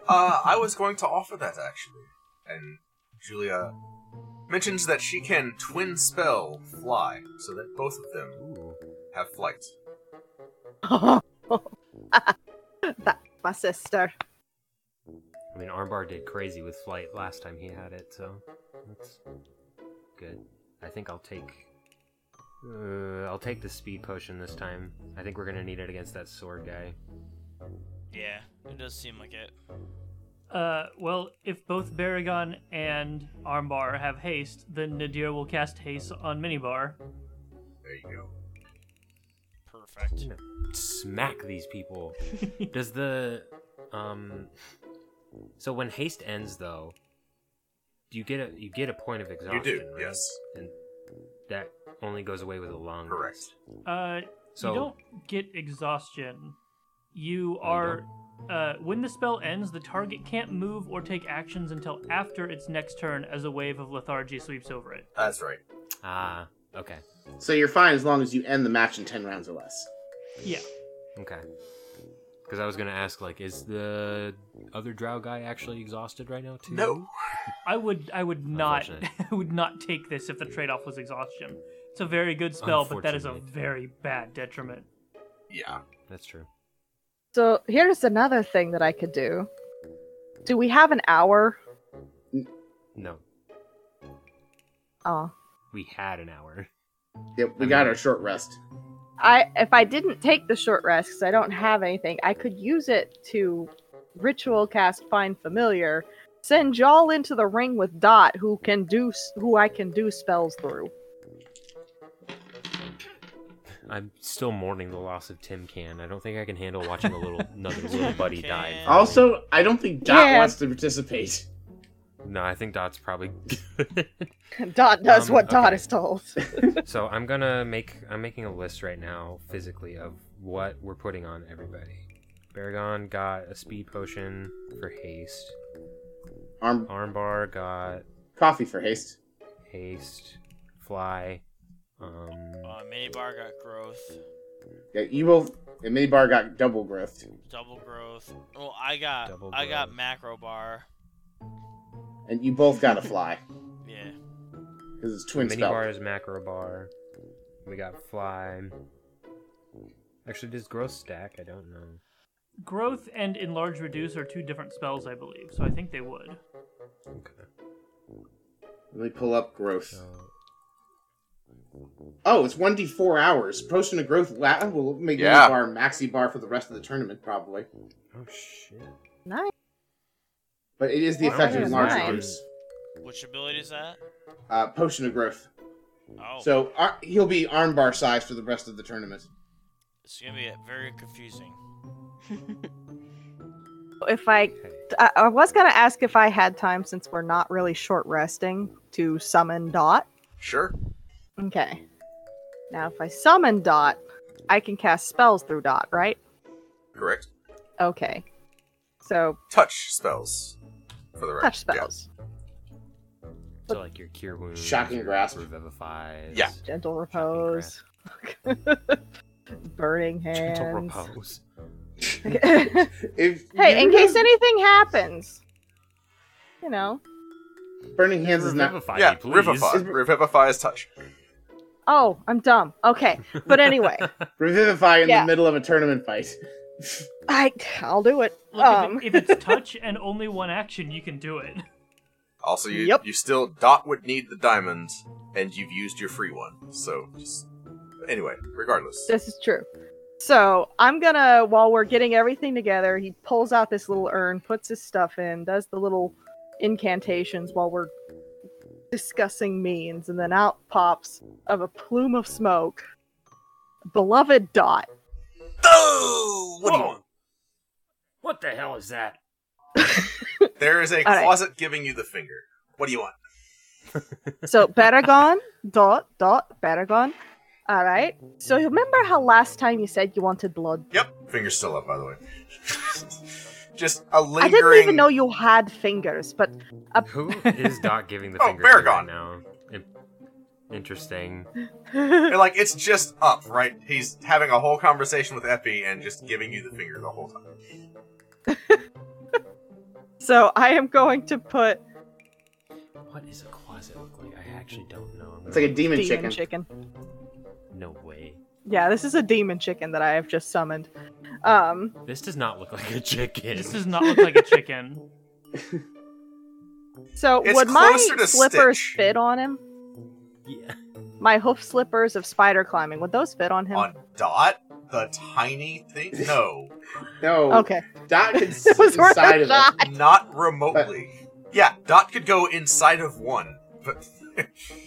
[SPEAKER 4] Uh, I was going to offer that actually, and Julia mentions that she can twin spell fly, so that both of them
[SPEAKER 8] Ooh.
[SPEAKER 4] have flight.
[SPEAKER 7] That's my sister.
[SPEAKER 8] I mean, Armbar did crazy with flight last time he had it, so that's good. I think I'll take. Uh, I'll take the speed potion this time. I think we're gonna need it against that sword guy.
[SPEAKER 2] Yeah, it does seem like it.
[SPEAKER 6] Uh, well, if both Baragon and Armbar have haste, then Nadir will cast haste on Minibar.
[SPEAKER 4] There you go.
[SPEAKER 2] Perfect.
[SPEAKER 8] Smack these people. Does the um? So when haste ends, though, do you get a you get a point of exhaustion? right?
[SPEAKER 4] yes.
[SPEAKER 8] And that only goes away with a long
[SPEAKER 4] Correct.
[SPEAKER 8] rest.
[SPEAKER 6] Uh,
[SPEAKER 8] So
[SPEAKER 6] you don't get exhaustion. You
[SPEAKER 8] Oh, you
[SPEAKER 6] are. uh, when the spell ends, the target can't move or take actions until after its next turn as a wave of lethargy sweeps over it.
[SPEAKER 4] That's right.
[SPEAKER 8] ah okay
[SPEAKER 1] So you're fine as long as you end the match in 10 rounds or less.
[SPEAKER 6] Yeah.
[SPEAKER 8] okay. Because I was gonna ask, like, is the other drow guy actually exhausted right now too?
[SPEAKER 4] No.
[SPEAKER 6] I would I would not
[SPEAKER 8] Unfortunate.
[SPEAKER 6] I would not take this if the trade off was exhaustion. It's a very good spell, but that is a
[SPEAKER 8] Unfortunate.
[SPEAKER 6] very bad detriment.
[SPEAKER 4] Yeah.
[SPEAKER 8] that's true.
[SPEAKER 7] So here's another thing that I could do. Do we have an hour?
[SPEAKER 8] No,
[SPEAKER 7] Oh.
[SPEAKER 8] we had an hour.
[SPEAKER 1] Yep, we got our short rest.
[SPEAKER 7] I if I didn't take the short rest because I don't have anything, I could use it to ritual cast find familiar, send y'all into the ring with Dot, who can do s- who I can do spells through.
[SPEAKER 8] I'm still mourning the loss of Tim Can. I don't think I can handle watching a little another little buddy die.
[SPEAKER 2] Can.
[SPEAKER 1] Also, I don't think Dot
[SPEAKER 7] Yeah.
[SPEAKER 1] wants to participate.
[SPEAKER 8] no, I think Dot's probably.
[SPEAKER 7] Dot does
[SPEAKER 8] Um,
[SPEAKER 7] what Dot
[SPEAKER 8] okay.
[SPEAKER 7] is told.
[SPEAKER 8] so I'm gonna make I'm making a list right now physically of what we're putting on everybody. Baragon got a speed potion for haste.
[SPEAKER 1] Arm
[SPEAKER 8] Armbar got
[SPEAKER 1] coffee for haste.
[SPEAKER 8] haste, fly. Um,
[SPEAKER 2] Uh, Minibar got growth,
[SPEAKER 1] Yeah, you both. And Minibar got double growth,
[SPEAKER 2] double growth. Well, I got
[SPEAKER 8] Double
[SPEAKER 2] I got
[SPEAKER 8] growth.
[SPEAKER 2] macro bar.
[SPEAKER 1] and you both got to fly
[SPEAKER 2] Yeah.
[SPEAKER 1] because it's twin
[SPEAKER 8] mini
[SPEAKER 1] spell.
[SPEAKER 8] bar is macro bar. We got fly. Actually, does growth stack? I don't know.
[SPEAKER 6] Growth and enlarge reduce are two different spells, I believe, so I think they would.
[SPEAKER 8] Okay.
[SPEAKER 1] Let me pull up growth.
[SPEAKER 8] So
[SPEAKER 1] Oh, it's one d four hours. Potion of growth la- will make
[SPEAKER 4] Yeah.
[SPEAKER 1] Minibar maxi bar for the rest of the tournament probably,
[SPEAKER 8] oh shit.
[SPEAKER 7] nice.
[SPEAKER 1] but it is the
[SPEAKER 7] Wow,
[SPEAKER 1] effect of
[SPEAKER 7] that's
[SPEAKER 1] large
[SPEAKER 7] nice.
[SPEAKER 1] groups.
[SPEAKER 2] Which ability is that?
[SPEAKER 1] Uh, potion of growth.
[SPEAKER 2] Oh,
[SPEAKER 1] So ar- he'll be armbar size for the rest of the tournament.
[SPEAKER 2] it's gonna be very confusing.
[SPEAKER 7] If I
[SPEAKER 8] Okay.
[SPEAKER 7] I, I was gonna ask if I had time since we're not really short resting to summon Dot.
[SPEAKER 4] Sure.
[SPEAKER 7] Okay. Now if I summon Dot, I can cast spells through Dot, right?
[SPEAKER 4] Correct.
[SPEAKER 7] Okay. So
[SPEAKER 4] Touch spells. For the record.
[SPEAKER 7] touch
[SPEAKER 4] Yeah.
[SPEAKER 7] spells.
[SPEAKER 8] So like your cure wounds.
[SPEAKER 1] Shocking
[SPEAKER 8] your
[SPEAKER 1] grasp.
[SPEAKER 8] Revivifies.
[SPEAKER 4] Yeah.
[SPEAKER 7] Gentle repose. burning hands.
[SPEAKER 3] Gentle repose.
[SPEAKER 1] If
[SPEAKER 7] hey, in
[SPEAKER 1] you
[SPEAKER 7] case
[SPEAKER 1] have-
[SPEAKER 7] anything happens, you know.
[SPEAKER 1] burning hands is not
[SPEAKER 3] Revivify
[SPEAKER 4] yeah,
[SPEAKER 3] me, please.
[SPEAKER 4] revivify. Revivify is touch.
[SPEAKER 7] Oh, I'm dumb. Okay, but anyway,
[SPEAKER 1] revivify in
[SPEAKER 7] Yeah.
[SPEAKER 1] the middle of a tournament fight.
[SPEAKER 7] I I'll do it.
[SPEAKER 6] Look,
[SPEAKER 7] um,
[SPEAKER 6] if, it- if it's touch and only one action, you can do it.
[SPEAKER 4] Also, you
[SPEAKER 7] Yep.
[SPEAKER 4] you still Dot would need the diamond, and you've used your free one. So just anyway, regardless.
[SPEAKER 7] this is true. So I'm gonna while we're getting everything together, he pulls out this little urn, puts his stuff in, does the little incantations while we're discussing means, and then out pops of a plume of smoke. Beloved Dot.
[SPEAKER 4] Oh, what do you
[SPEAKER 3] Whoa.
[SPEAKER 4] want?
[SPEAKER 3] What the hell is that?
[SPEAKER 4] There is a
[SPEAKER 7] All right.
[SPEAKER 4] closet giving you the finger. What do you want?
[SPEAKER 7] So Baragon dot dot Baragon. All right. So you remember how last time you said you wanted blood?
[SPEAKER 4] Yep, finger's still up, by the way. just a lingering.
[SPEAKER 7] I didn't even know you had fingers, but
[SPEAKER 8] Who is Doc giving the
[SPEAKER 4] Oh,
[SPEAKER 8] finger to right
[SPEAKER 4] Baragon.
[SPEAKER 8] now? In- Interesting.
[SPEAKER 4] You're like it's just up, right? He's having a whole conversation with Epi and just giving you the finger the whole time.
[SPEAKER 7] so I am going to put
[SPEAKER 8] What is a closet look like? I actually don't know. I'm
[SPEAKER 1] It's like a
[SPEAKER 8] gonna-
[SPEAKER 1] demon,
[SPEAKER 7] demon
[SPEAKER 1] chicken.
[SPEAKER 7] chicken.
[SPEAKER 8] No way.
[SPEAKER 7] Yeah, this is a demon chicken that I have just summoned. Um,
[SPEAKER 8] This does not look like a chicken.
[SPEAKER 6] This does not look like a chicken.
[SPEAKER 7] so
[SPEAKER 4] It's
[SPEAKER 7] would my
[SPEAKER 4] closer to
[SPEAKER 7] slippers
[SPEAKER 4] Stitch.
[SPEAKER 7] fit on him?
[SPEAKER 8] Yeah.
[SPEAKER 7] My hoof slippers of spider climbing would those fit on him?
[SPEAKER 4] On Dot, the tiny thing? No,
[SPEAKER 1] No,
[SPEAKER 7] okay,
[SPEAKER 1] Dot could
[SPEAKER 7] It
[SPEAKER 1] sit
[SPEAKER 7] was worth
[SPEAKER 1] inside
[SPEAKER 7] a
[SPEAKER 1] of
[SPEAKER 7] shot.
[SPEAKER 1] it.
[SPEAKER 4] not remotely. Yeah, Dot could go inside of one, but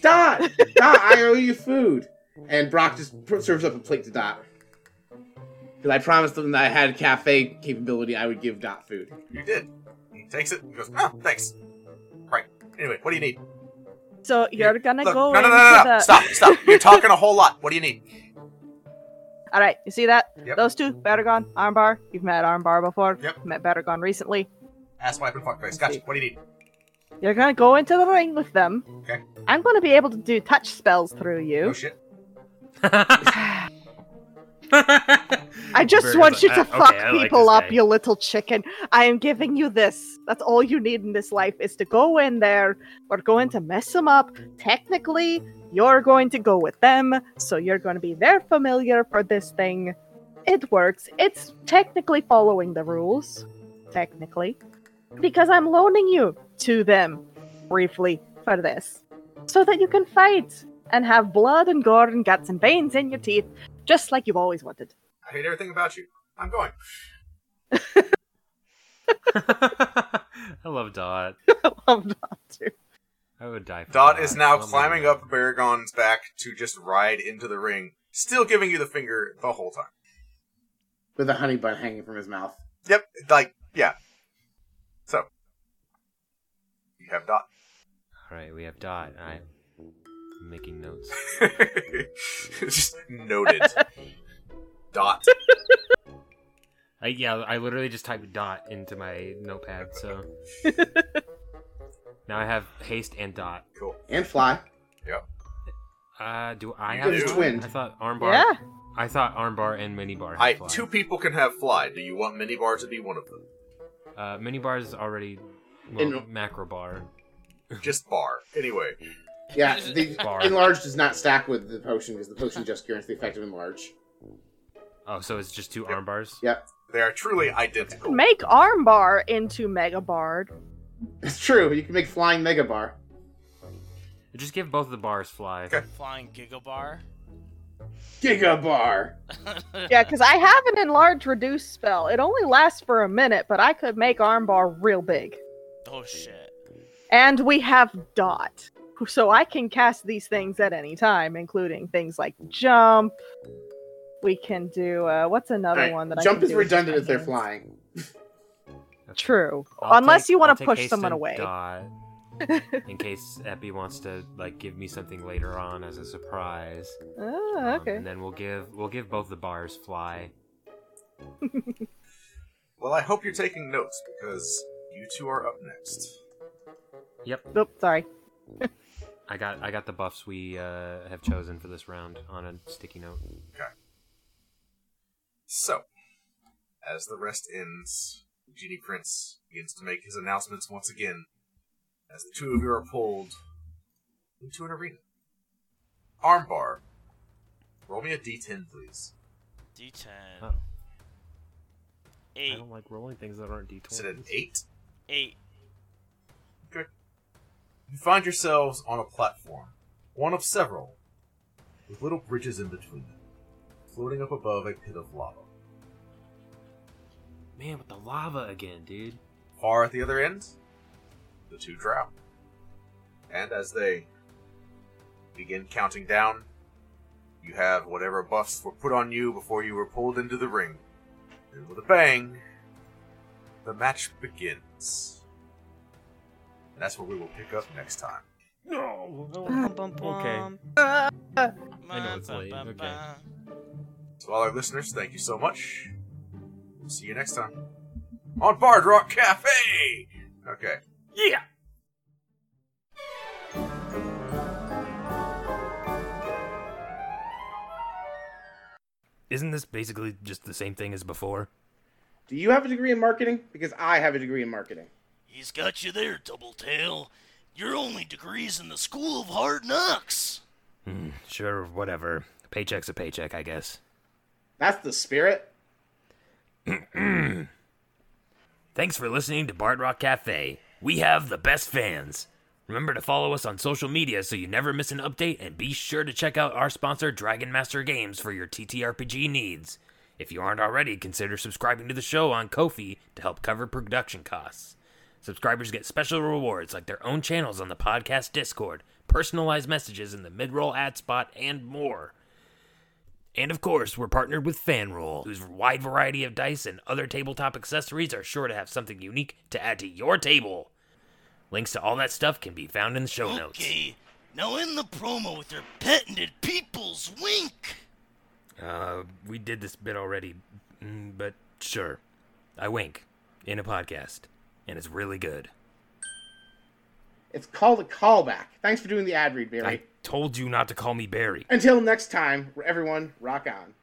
[SPEAKER 1] Dot, Dot, I owe you food. And Brock just pr- serves up a plate to Dot. Because I promised them that I had cafe capability, I would give Dot food.
[SPEAKER 4] you did. He takes it and goes, oh, thanks. Right. Anyway, what do you need?
[SPEAKER 7] so you're
[SPEAKER 4] Here,
[SPEAKER 7] gonna
[SPEAKER 4] Look,
[SPEAKER 7] go
[SPEAKER 4] no, no, no,
[SPEAKER 7] into
[SPEAKER 4] no, no.
[SPEAKER 7] the.
[SPEAKER 4] Stop, stop. You're talking a whole lot. What do you need?
[SPEAKER 7] All right, you see that?
[SPEAKER 4] Yep.
[SPEAKER 7] Those two, Baragon, Armbar. You've met Armbar before.
[SPEAKER 4] Yep.
[SPEAKER 7] Met Baragon recently.
[SPEAKER 4] Ass wipe and fuckface. Gotcha. What do you need?
[SPEAKER 7] You're gonna go into the ring with them.
[SPEAKER 4] Okay.
[SPEAKER 7] I'm gonna be able to do touch spells through
[SPEAKER 4] Oh
[SPEAKER 7] you.
[SPEAKER 4] shit.
[SPEAKER 7] I
[SPEAKER 8] I
[SPEAKER 7] just want you to fuck people up, you little chicken. I am giving you this. That's all you need in this life is to go in there. We're going to mess them up. Technically, you're going to go with them, so you're going to be their familiar for this thing. It works. It's technically following the rules, technically, because I'm loaning you to them briefly for this, so that you can fight and have blood and gore and guts and veins in your teeth, just like you've always wanted.
[SPEAKER 4] I hate everything about you. I'm going.
[SPEAKER 8] I love Dot.
[SPEAKER 7] I'm not too.
[SPEAKER 8] I would die for
[SPEAKER 4] Dot is now
[SPEAKER 8] Oh my
[SPEAKER 4] climbing
[SPEAKER 8] God.
[SPEAKER 4] up Baragon's back to just ride into the ring, still giving you the finger the whole time.
[SPEAKER 1] With a honey bun hanging from his mouth.
[SPEAKER 4] Yep, like, yeah. So, you have Dot.
[SPEAKER 8] All right, we have Dot. I'm making notes.
[SPEAKER 4] just noted. Dot.
[SPEAKER 8] I, yeah, I literally just typed Dot into my notepad, so. now I have Haste and Dot.
[SPEAKER 4] Cool.
[SPEAKER 1] And fly.
[SPEAKER 8] Uh, do I
[SPEAKER 4] You
[SPEAKER 8] have
[SPEAKER 4] do.
[SPEAKER 8] Dot?
[SPEAKER 1] Twinned.
[SPEAKER 8] I thought Armbar.
[SPEAKER 7] Yeah.
[SPEAKER 8] I thought Armbar and Minibar. had
[SPEAKER 4] I
[SPEAKER 8] fly.
[SPEAKER 4] two people can have fly. Do you want Minibar to be one of them?
[SPEAKER 8] Uh, Minibar is already. Well,
[SPEAKER 1] In-
[SPEAKER 8] macro bar.
[SPEAKER 4] Just bar. Anyway,
[SPEAKER 1] Yeah, the
[SPEAKER 8] Bar.
[SPEAKER 1] enlarge does not stack with the potion because the potion just guarantees the effect of enlarge.
[SPEAKER 8] Oh, so it's just two arm bars?
[SPEAKER 1] Yep,
[SPEAKER 4] they are truly identical.
[SPEAKER 7] Make Armbar into Mega Bard.
[SPEAKER 1] it's true. You can make flying mega bar.
[SPEAKER 8] Just give both of the bars fly.
[SPEAKER 4] Okay.
[SPEAKER 2] Flying Gigabar.
[SPEAKER 1] Giga bar.
[SPEAKER 7] Yeah, because I have an enlarge reduce spell. It only lasts for a minute, but I could make Armbar real big.
[SPEAKER 2] Oh shit.
[SPEAKER 7] And we have Dot. So I can cast these things at any time, including things like jump. We can do uh, what's another
[SPEAKER 1] Alright,
[SPEAKER 7] one that I
[SPEAKER 1] Jump
[SPEAKER 7] can
[SPEAKER 1] is
[SPEAKER 7] do with just
[SPEAKER 1] redundant
[SPEAKER 7] my
[SPEAKER 1] if they're
[SPEAKER 7] hands?
[SPEAKER 1] flying.
[SPEAKER 7] True,
[SPEAKER 8] I'll
[SPEAKER 7] unless
[SPEAKER 8] take-
[SPEAKER 7] you
[SPEAKER 8] I'll
[SPEAKER 7] want to
[SPEAKER 8] take
[SPEAKER 7] push
[SPEAKER 8] haste
[SPEAKER 7] someone
[SPEAKER 8] and
[SPEAKER 7] away.
[SPEAKER 8] dot, in case Epi wants to like give me something later on as a surprise.
[SPEAKER 7] Ah,
[SPEAKER 8] Um,
[SPEAKER 7] okay.
[SPEAKER 8] and then we'll give we'll give both the bars fly.
[SPEAKER 4] Well, I hope you're taking notes because you two are up next.
[SPEAKER 8] Yep,
[SPEAKER 7] Nope, sorry.
[SPEAKER 8] I got I got the buffs we uh, have chosen for this round on a sticky note.
[SPEAKER 4] So, as the rest ends, Genie Prince begins to make his announcements once again as the two of you are pulled into an arena. Armbar, roll me a d10, please.
[SPEAKER 2] D10.
[SPEAKER 8] Oh,
[SPEAKER 3] Huh. I
[SPEAKER 2] 8.
[SPEAKER 3] don't like rolling things that aren't d20.
[SPEAKER 4] Is it an 8?
[SPEAKER 2] 8.
[SPEAKER 4] You find yourselves on a platform, one of several, with little bridges in between them, floating up above a pit of lava.
[SPEAKER 3] Man, with the lava again, dude.
[SPEAKER 4] Far at the other end, the two drow. And as they begin counting down, you have whatever buffs were put on you before you were pulled into the ring. And with a bang, the match begins. And that's where we will pick up next time.
[SPEAKER 3] No.
[SPEAKER 5] Bum, bum,
[SPEAKER 3] Okay.
[SPEAKER 5] bum.
[SPEAKER 3] I know it's late, okay.
[SPEAKER 4] To all our listeners, thank you so much. See you next time on Bard Rock Cafe. Okay.
[SPEAKER 3] Yeah. Isn't this basically just the same thing as before?
[SPEAKER 1] Do you have a degree in marketing? Because I have a degree in marketing.
[SPEAKER 2] He's got you there, Double Tail. Your only degree's in the School of Hard Knocks.
[SPEAKER 3] Hmm, sure, whatever. Paycheck's a paycheck, I guess.
[SPEAKER 1] That's the spirit.
[SPEAKER 3] Thanks for listening to Bard Rock Cafe. We have the best fans. Remember to follow us on social media so you never miss an update, and be sure to check out our sponsor, Dragon Master Games, for your TTRPG needs. If you aren't already, consider subscribing to the show on Kofi to help cover production costs. Subscribers get special rewards like their own channels on the podcast Discord, personalized messages in the mid-roll ad spot, and more. And of course, we're partnered with FanRoll, whose wide variety of dice and other tabletop accessories are sure to have something unique to add to your table. Links to all that stuff can be found in the show notes.
[SPEAKER 2] Okay, now in the promo with your patented people's wink.
[SPEAKER 3] Uh, we did this bit already, mm, but sure. I wink in a podcast, and it's really good.
[SPEAKER 1] It's called a callback. Thanks for doing the ad read, Barry.
[SPEAKER 3] I told you not to call me Barry.
[SPEAKER 1] Until next time, everyone, rock on.